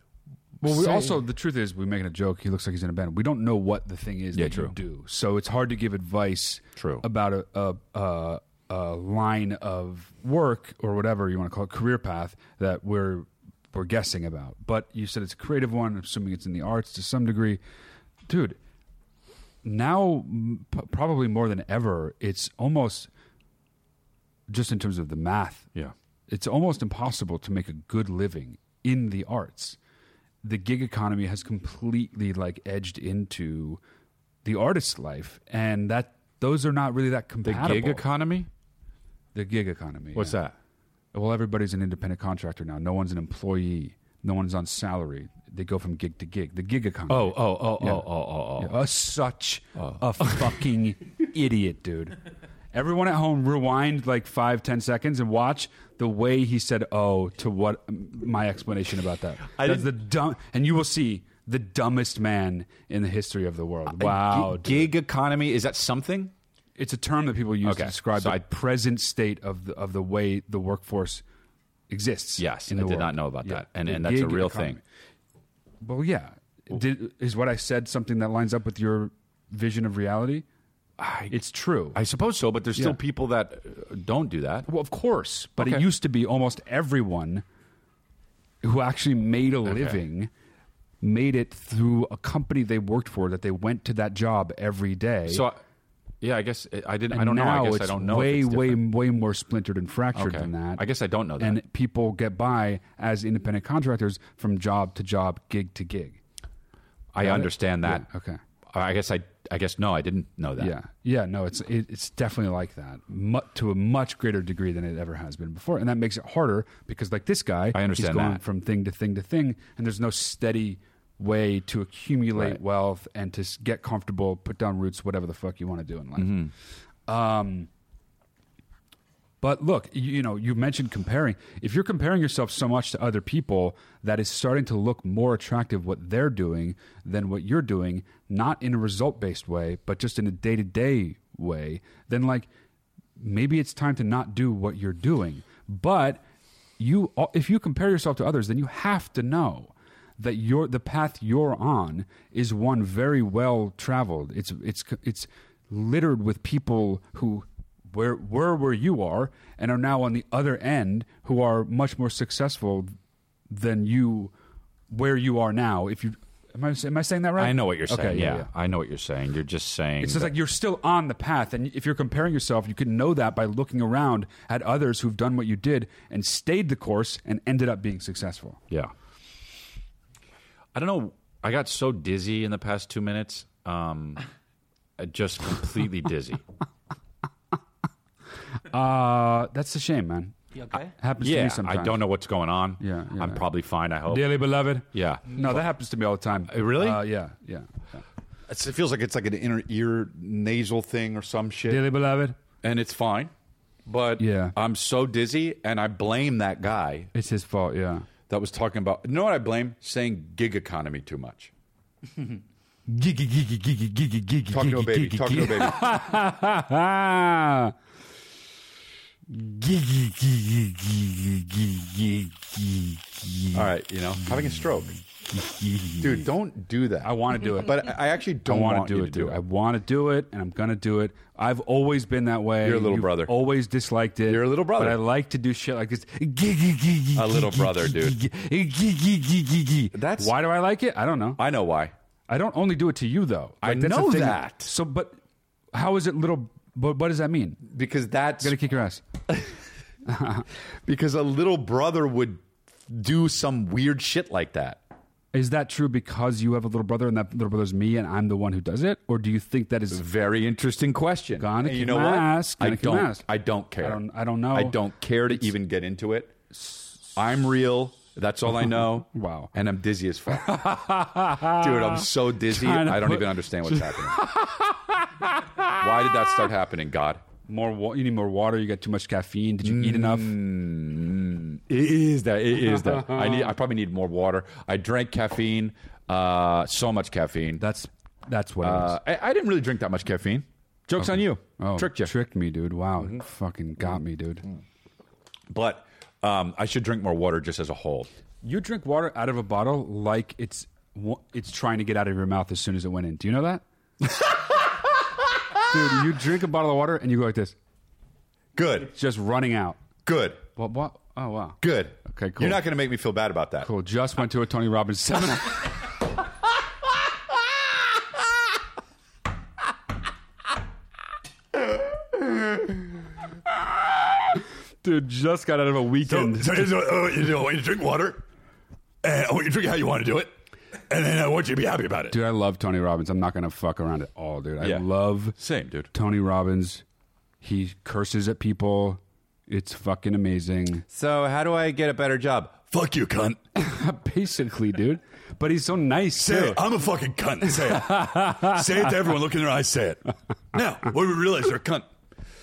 D: Well, we
A: Say-
D: also the truth is we're making a joke. He looks like he's in a band. We don't know what the thing is
A: Yeah,
D: that you
A: true.
D: do, so it's hard to give advice.
A: True.
D: about a a, a a line of work or whatever you want to call it, career path that we're we're guessing about. But you said it's a creative one. I'm assuming it's in the arts to some degree, dude. Now, m- p- probably more than ever, it's almost just in terms of the math.
A: Yeah.
D: It's almost impossible to make a good living in the arts. The gig economy has completely like edged into the artist's life and that those are not really that
A: The
D: compatible.
A: gig economy.
D: the gig economy.
A: What's that?
D: that? Well, everybody's an independent contractor now. No one's an employee. No one's on salary. They go from gig to gig. The gig economy.
A: Oh, oh, oh,
D: Yeah.
A: oh, oh, oh, oh.
D: Yeah, uh, such a fucking idiot, dude. Everyone at home, rewind like five, ten seconds and watch the way he said "oh" to what my explanation about that. That's the dumb, and you will see the dumbest man in the history of the world.
A: Gi-
D: Wow, dude.
A: gig economy is that something?
D: it's a term that people use to
A: Okay,
D: describe
A: so
D: the
A: I-
D: present state of the of the way the workforce exists.
A: Yes,
D: in
A: I
D: the
A: did
D: world.
A: not know about
D: Yeah,
A: that, and
D: the
A: and that's a
D: gig
A: real
D: economy.
A: thing.
D: Well, yeah. Did, is what I said something that lines up with your vision of reality? it's true.
A: I suppose so, but there's
D: Yeah.
A: still people that uh, don't do that.
D: well, of course, but it
A: Okay.
D: used to be almost everyone who actually made a living made it through a company they worked for that they went to that job every day.
A: So, I, yeah, I guess I didn't. I
D: And
A: don't know.
D: now
A: I guess
D: it's
A: I don't know. if
D: Way,
A: it's
D: way,
A: different.
D: way more splintered and fractured
A: Okay.
D: than that.
A: I guess I don't know that.
D: And people get by as independent contractors from job to job, gig to gig.
A: I
D: Got it?
A: understand that.
D: Yeah, okay.
A: I guess I. I guess no, I didn't know that.
D: Yeah, yeah, no, it's it, it's definitely like that mu- to a much greater degree than it ever has been before, and that makes it harder because like this guy,
A: I understand
D: he's going
A: that.
D: from thing to thing to thing, and there's no steady way to accumulate
A: Right.
D: wealth and to s- get comfortable, put down roots, whatever the fuck you want to do in life. Um,
A: Mm-hmm.
D: but look, you, you know, you mentioned comparing. If you're comparing yourself so much to other people, that is starting to look more attractive what they're doing than what you're doing, not in a result based way, but just in a day to day way, then like maybe it's time to not do what you're doing. But you, if you compare yourself to others, then you have to know that your the path you're on is one very well traveled. It's it's it's littered with people who where were where you are and are now on the other end who are much more successful than you where you are now. If you am I am I saying that right?
A: I know what you're
D: Okay,
A: saying. yeah, I know what you're saying. You're just saying.
D: it's just
A: that-
D: like you're still on the path, and if you're comparing yourself, you can know that by looking around at others who've done what you did and stayed the course and ended up being successful.
A: yeah. I don't know. I got so dizzy in the past two minutes. Um, I just completely dizzy.
D: Uh, that's a shame, man.
E: You okay?
D: Happens to me
A: yeah,
D: sometimes.
A: I don't know what's going on.
D: Yeah, yeah.
A: I'm probably fine. I hope.
D: Dearly beloved.
A: Yeah.
D: No, that happens to me all the time.
A: Uh, really?
D: Uh, yeah, yeah. yeah.
A: It's, it feels like it's like an inner ear nasal thing or some shit.
D: Dearly beloved.
A: and it's fine. But
D: Yeah.
A: I'm so dizzy, and I blame that guy
D: It's his fault. Yeah.
A: that was talking about. You know what I blame? Saying gig economy too much.
D: Giggy, giggy, giggy, giggy, giggy.
A: Talk to a baby. Talk to a baby.
D: Ah. Giggy, giggy, giggy, giggy, giggy.
A: All right, you know, having a stroke, dude. Don't do that.
D: I want to do it.
A: but I I actually don't
D: I
A: want,
D: want to do
A: you
D: it, dude. I want to do it, and I'm gonna do it. I've always been that way.
A: You're a little
D: You've
A: brother.
D: Always disliked it.
A: You're a little brother.
D: But I like to do shit like this.
A: A little brother, dude.
D: That's
A: That's-
D: why do I like it? I don't know.
A: I know why.
D: I don't only do it to you though.
A: I
D: that's the
A: know
D: thing.
A: that.
D: So, but how is it little? But what does that mean?
A: Because that's
D: Gonna kick your ass.
A: because a little brother would do some weird shit like that.
D: Is that true because you have a little brother and that little brother's me and I'm the one who does it, or do you think that is
A: Very interesting question.
D: Gonna
A: And
D: kick
A: you know
D: my
A: what?
D: ass,
A: I
D: gonna kick my
A: don't.
D: ass.
A: I don't care.
D: I don't- I don't know.
A: I don't care to even get into it. I'm real. That's all I know.
D: Wow.
A: And I'm dizzy as fuck, dude. I'm so dizzy.
D: Trying to
A: I don't
D: put-
A: even understand what's happening. Why did that start happening, God?
D: More wa- you need more water. You got too much caffeine. Did you eat enough?
A: Mm, it is that. It is that. I need. I probably need more water. I drank caffeine. Uh, so much caffeine.
D: That's that's what.
A: Uh, I, I didn't really drink that much caffeine. Jokes on you.
D: Oh,
A: Tricked you.
D: Tricked Mm-hmm. Mm. me, dude. Wow, fucking got me, dude.
A: But um, I should drink more water just as a whole.
D: You drink water out of a bottle like it's wa- it's trying to get out of your mouth as soon as it went in. Do you know that? Dude, you drink a bottle of water and you go like this,
A: Good.
D: just running out.
A: Good.
D: What? What? Oh wow.
A: Good.
D: Okay, cool.
A: You're not going to make me feel bad about that.
D: Cool. Just went to a Tony Robbins seminar. Dude, just got out of a weekend.
A: uh, you drink water, and I want you to drink how you want to do it, and then I want you to be happy about it.
D: dude, I love Tony Robbins. I'm not gonna fuck around at all, dude. I
A: Yeah.
D: love
A: Same, dude.
D: Tony Robbins. He curses at people. It's fucking amazing.
A: So how do I get a better job? Fuck you, cunt.
D: Basically, dude. But he's so nice. too.
A: I'm a fucking cunt. Say it. say it to everyone. Look in their eyes. Say it. Now, we realize they're a cunt.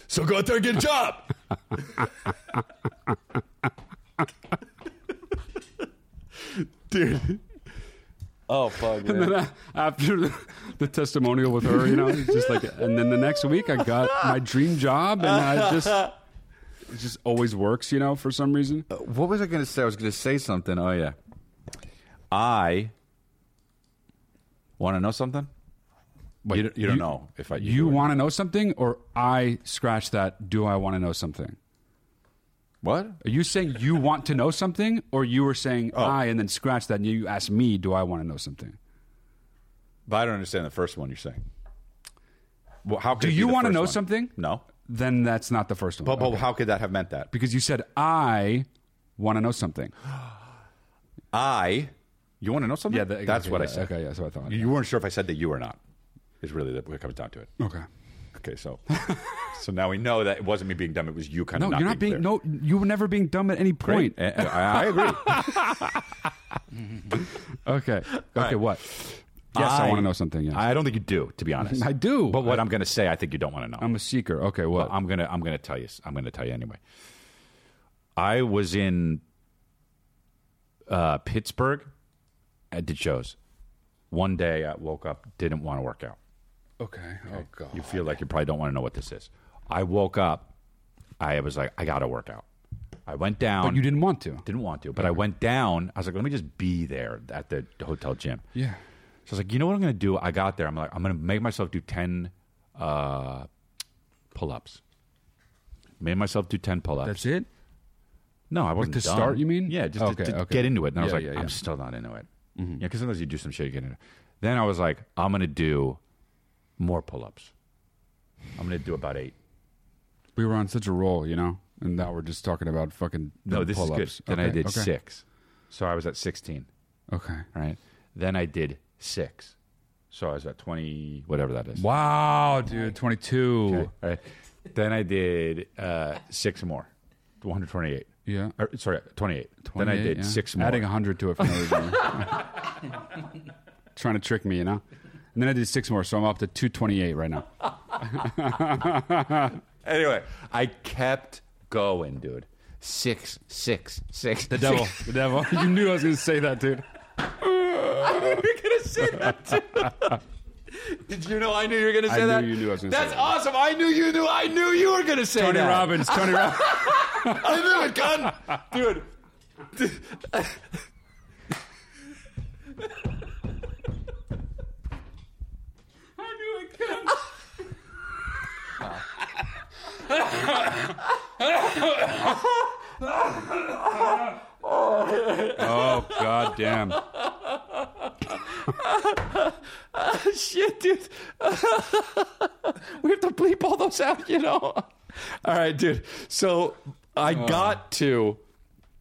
A: So go out there and get a job. Dude. Oh, fuck,
D: And then I- after the, the testimonial with her, you know, it's just like, and then the next week I got my dream job, and I just, it just always works, you know, for some reason.
A: What was I going to say? I was going to say something. Oh, yeah. I want to know something?
D: Wait,
A: you don't- you don't know if I- you
D: you,
A: do or
D: want to know something, or I scratch that. Do I want to know something?
A: What?
D: Are you saying you want to know something, or you were saying
A: Oh.
D: I, and then scratch that, and you ask me, do I want to know something?
A: But I don't understand the first one you're saying. Well, how could
D: Do
A: it be
D: you
A: the
D: want to
A: first
D: know
A: one?
D: something?
A: No.
D: Then that's not the first one,
A: But, but
D: Okay.
A: how could that have meant that?
D: because you said I want to know something.
A: I. You want to know something?
D: Yeah, that-
A: that's
D: okay,
A: what I
D: yeah,
A: said.
D: okay, yeah, that's what I thought.
A: You weren't sure if I said that you or not. Is really the- what it comes down to it.
D: Okay.
A: Okay, so so now we know that it wasn't me being dumb. It was you kind
D: No,
A: of not
D: you're not being,
A: clear.
D: no. You were never being dumb at any point.
A: Great. Eh, eh, I, I agree.
D: Okay. Okay.
A: right.
D: What? Yes, I, want to know something. Yes. I,
A: I don't think you do, to be honest.
D: I do.
A: But what I, am going to say, I think you don't want to know.
D: am a seeker. Okay. What?
A: Well, I'm gonna I'm gonna tell you I'm gonna tell you anyway. I was in uh, Pittsburgh. I did shows. One day I woke up, didn't want to work out.
D: okay. Oh God.
A: You feel like you probably don't want to know what this is. I woke up. I was like, I gotta work out. I went down.
D: But you didn't want to.
A: didn't want to, but I went down. I was like, let me just be there at the hotel gym.
D: Yeah.
A: So I was like, you know what I'm going to do? I got there. I'm like, I'm going to make myself do 10 uh, pull ups. Made myself do 10 pull ups.
D: That's it.
A: No, I wasn't
D: to
A: dumb.
D: start, you mean?
A: Yeah, just
D: Okay,
A: to, to
D: okay.
A: get into it. And I was
D: Yeah,
A: like,
D: yeah, yeah. Mm-hmm.
A: I'm still not into it. Yeah, because sometimes you do some shit, you get into it. Then I was like, I'm going to do more pull ups. I'm going to do about eight.
D: We were on such a roll, you know, and now we're just talking about fucking
A: No, this
D: pull-ups.
A: is good. Then I
D: Okay,
A: did
D: okay.
A: six. So I was at 16.
D: Okay.
A: right? Then I did six. So I was at 20, whatever that is.
D: Wow, dude. Twenty-two.
A: Okay, all right. Then I did uh, six more, 128.
D: Yeah.
A: Or, sorry, 28. Then I
D: 28,
A: did
D: yeah.
A: six more.
D: Adding hundred to it for no reason. Trying to trick me, you know. And then I did six more, so I'm up to two twenty-eight right now.
A: anyway, I kept going, dude. Six, six, six.
D: The devil. the devil. You knew I was going to say that, dude.
A: you were going to say that too. Did you know I knew you were going to
D: I
A: say
D: knew
A: that?
D: you knew I was gonna say
A: That's
D: that.
A: awesome. I knew you knew. I knew you were going to say
D: Tony
A: that.
D: Robbins. Tony Robbins.
A: I knew it, gun, dude.
D: Oh god damn.
A: Shit, dude. we have to bleep all those out, you know? All right, dude. So I
D: Uh.
A: got to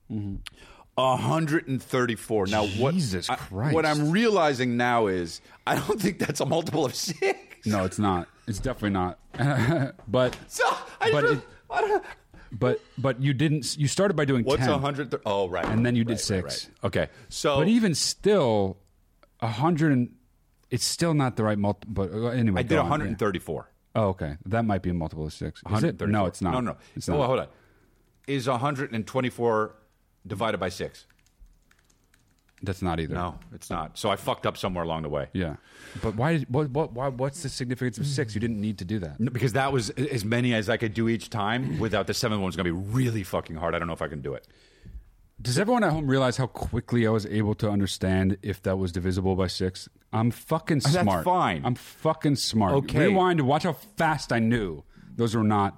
A: 134. Now, what,
D: Jesus
A: I-
D: Christ.
A: what I'm realizing now is I don't think that's a multiple of six.
D: No, it's not. It's definitely not. but
A: So I
D: But
A: just,
D: it-
A: I don't-
D: but but you didn't you started by doing
A: what's
D: 10.
A: 100? Oh, right.
D: And then you did
A: Right, right,
D: six.
A: right. Okay. So,
D: But even still 100 and it's still not the right multiple but uh, anyway.
A: I
D: go
A: did
D: on, yeah.
A: 134.
D: Oh, okay. That might be a multiple of six. Is it? No, it's not.
A: No, no.
D: It's
A: Oh,
D: not.
A: hold on. Is 124 divided by 6?
D: That's not either.
A: No, it's not. So I fucked up somewhere along the way.
D: Yeah. But why, what, what, why? What's the significance of six? You didn't need to do that.
A: No, because that was as many as I could do each time without the seventh one was going to be really fucking hard. I don't know if I can do it.
D: Does everyone at home realize how quickly I was able to understand if that was divisible by six? I'm fucking
A: Oh, that's
D: smart.
A: fine.
D: I'm fucking smart.
A: Okay.
D: Rewind and watch how fast I knew those were not.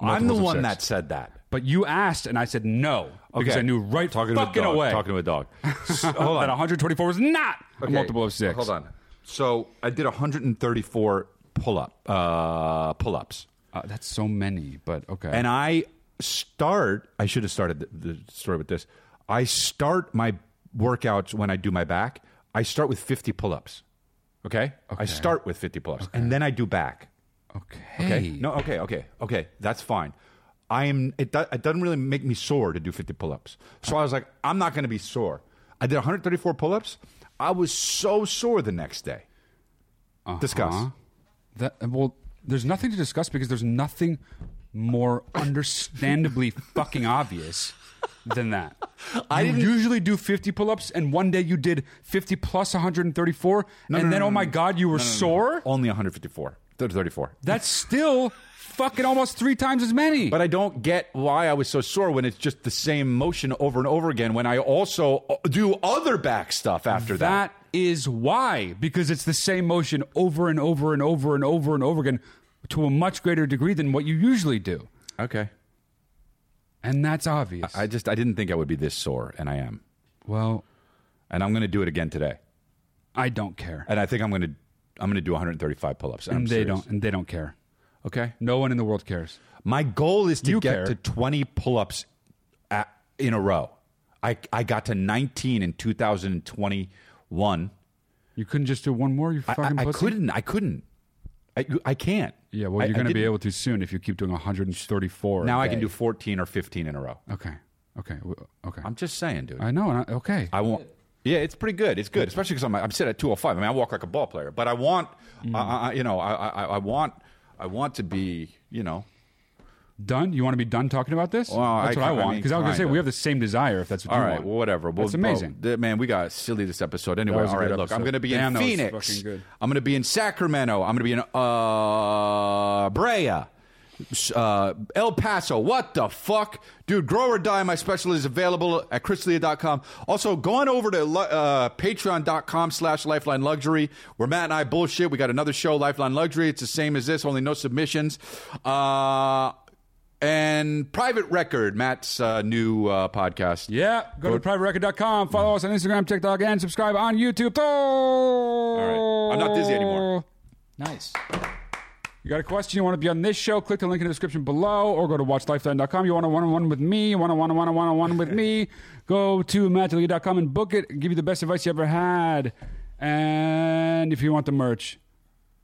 A: I'm the
D: multiples of
A: one
D: six.
A: that said that.
D: But you asked, and I said no because
A: Okay.
D: I knew right
A: Talking to
D: fucking
A: a dog,
D: away
A: Talking to a dog. So, hold
D: that
A: on.
D: 124 was not a
A: Okay,
D: multiple of six.
A: Hold on. So I did 134 pull up uh, pull ups,
D: Uh, that's so many, but okay.
A: and I start. I should have started the, the story with this. I start my workouts when I do my back. I start with 50 pull ups. Okay? I start with 50 pull ups, and then I do back.
D: okay.
A: Okay. No. Okay. Okay. Okay. That's fine. I am. It, do, it doesn't really make me sore to do 50 pull-ups. So I was like, I'm not going to be sore. I did 134 pull-ups. I was so sore the next day. Discuss.
D: Uh-huh. That well, there's nothing to discuss because there's nothing more understandably fucking obvious than that. I you usually do 50 pull-ups, and one day you did 50 plus 134, and
A: no,
D: then
A: no,
D: oh my god, you were sore.
A: Only 154. 34.
D: That's still fucking almost three times as many.
A: But I don't get why I was so sore when it's just the same motion over and over again. When I also uh, do other back stuff after that.
D: that is why because it's the same motion over and over and over and over and over again to a much greater degree than what you usually do,
A: Okay.
D: and that's obvious.
A: I just I didn't think I would be this sore, and I am.
D: well,
A: And I'm going to do it again today.
D: I don't care.
A: And I think I'm going to I'm going to do 135 pull-ups. And I'm
D: and they
A: serious.
D: don't and they don't care.
A: Okay.
D: No one in the world cares.
A: My goal is to
D: You
A: get
D: care.
A: to 20 pull ups in a row. I, I got to 19 in 2021.
D: You couldn't just do one more. You
A: I,
D: fucking
A: I- I
D: pussy.
A: couldn't. I couldn't. I, I can't.
D: Yeah, well,
A: I-
D: you're
A: I
D: going to be
A: didn't.
D: able to soon if you keep doing 134. a
A: Now I can
D: day.
A: do 14 or 15 in a row.
D: Okay, okay, w- okay.
A: I'm just saying, dude.
D: I know. and I- Okay,
A: I want. Yeah, it's pretty good. It's good, especially because I'm I'm set at 205. I mean, I walk like a ball player, but I want, I I, I- you know, I, I I want I want to be, you know,
D: done. You want to be done talking about this?
A: Well,
D: that's
A: I ki-
D: what I,
A: I
D: want
A: mean,
D: because I, was going to say
A: kinda.
D: we have the same desire. If that's what
A: All
D: you
A: right,
D: want.
A: well, whatever. Well,
D: That's amazing.
A: bro, th- man, we got silly this episode. Anyway,
D: was a
A: all right,
D: good
A: look, I'm
D: episode.
A: going to be
D: Damn,
A: in
D: that was
A: Phoenix.
D: fucking good.
A: I'm going to be in Sacramento. I'm going to be in uh, Brea. S- Uh, El Paso, what the fuck? Dude, Grow or Die, my special is available at chrislea.com. Also, go on over to lu- uh, patreon.com slash lifeline luxury, where Matt and I bullshit. We got another show, Lifeline Luxury. It's the same as this, only no submissions. Uh, and Private Record, Matt's uh, new uh, podcast.
D: Yeah, go to privaterecord.com. Follow us on Instagram, TikTok, and subscribe on YouTube. All
A: right. I'm not dizzy anymore.
E: Nice.
D: You got a question you want to be on this show? Click the link in the description below or go to watchlifeline.com. You want a one on one with me? You want a one on one on one on one with me? Go to matchley.com and book it. Give you the best advice you ever had. And if you want the merch,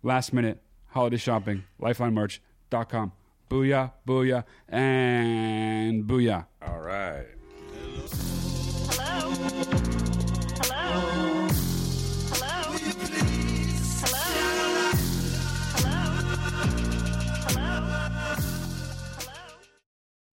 D: last minute holiday shopping, lifelinemerch.com. Booyah, booyah, and booyah.
A: All right.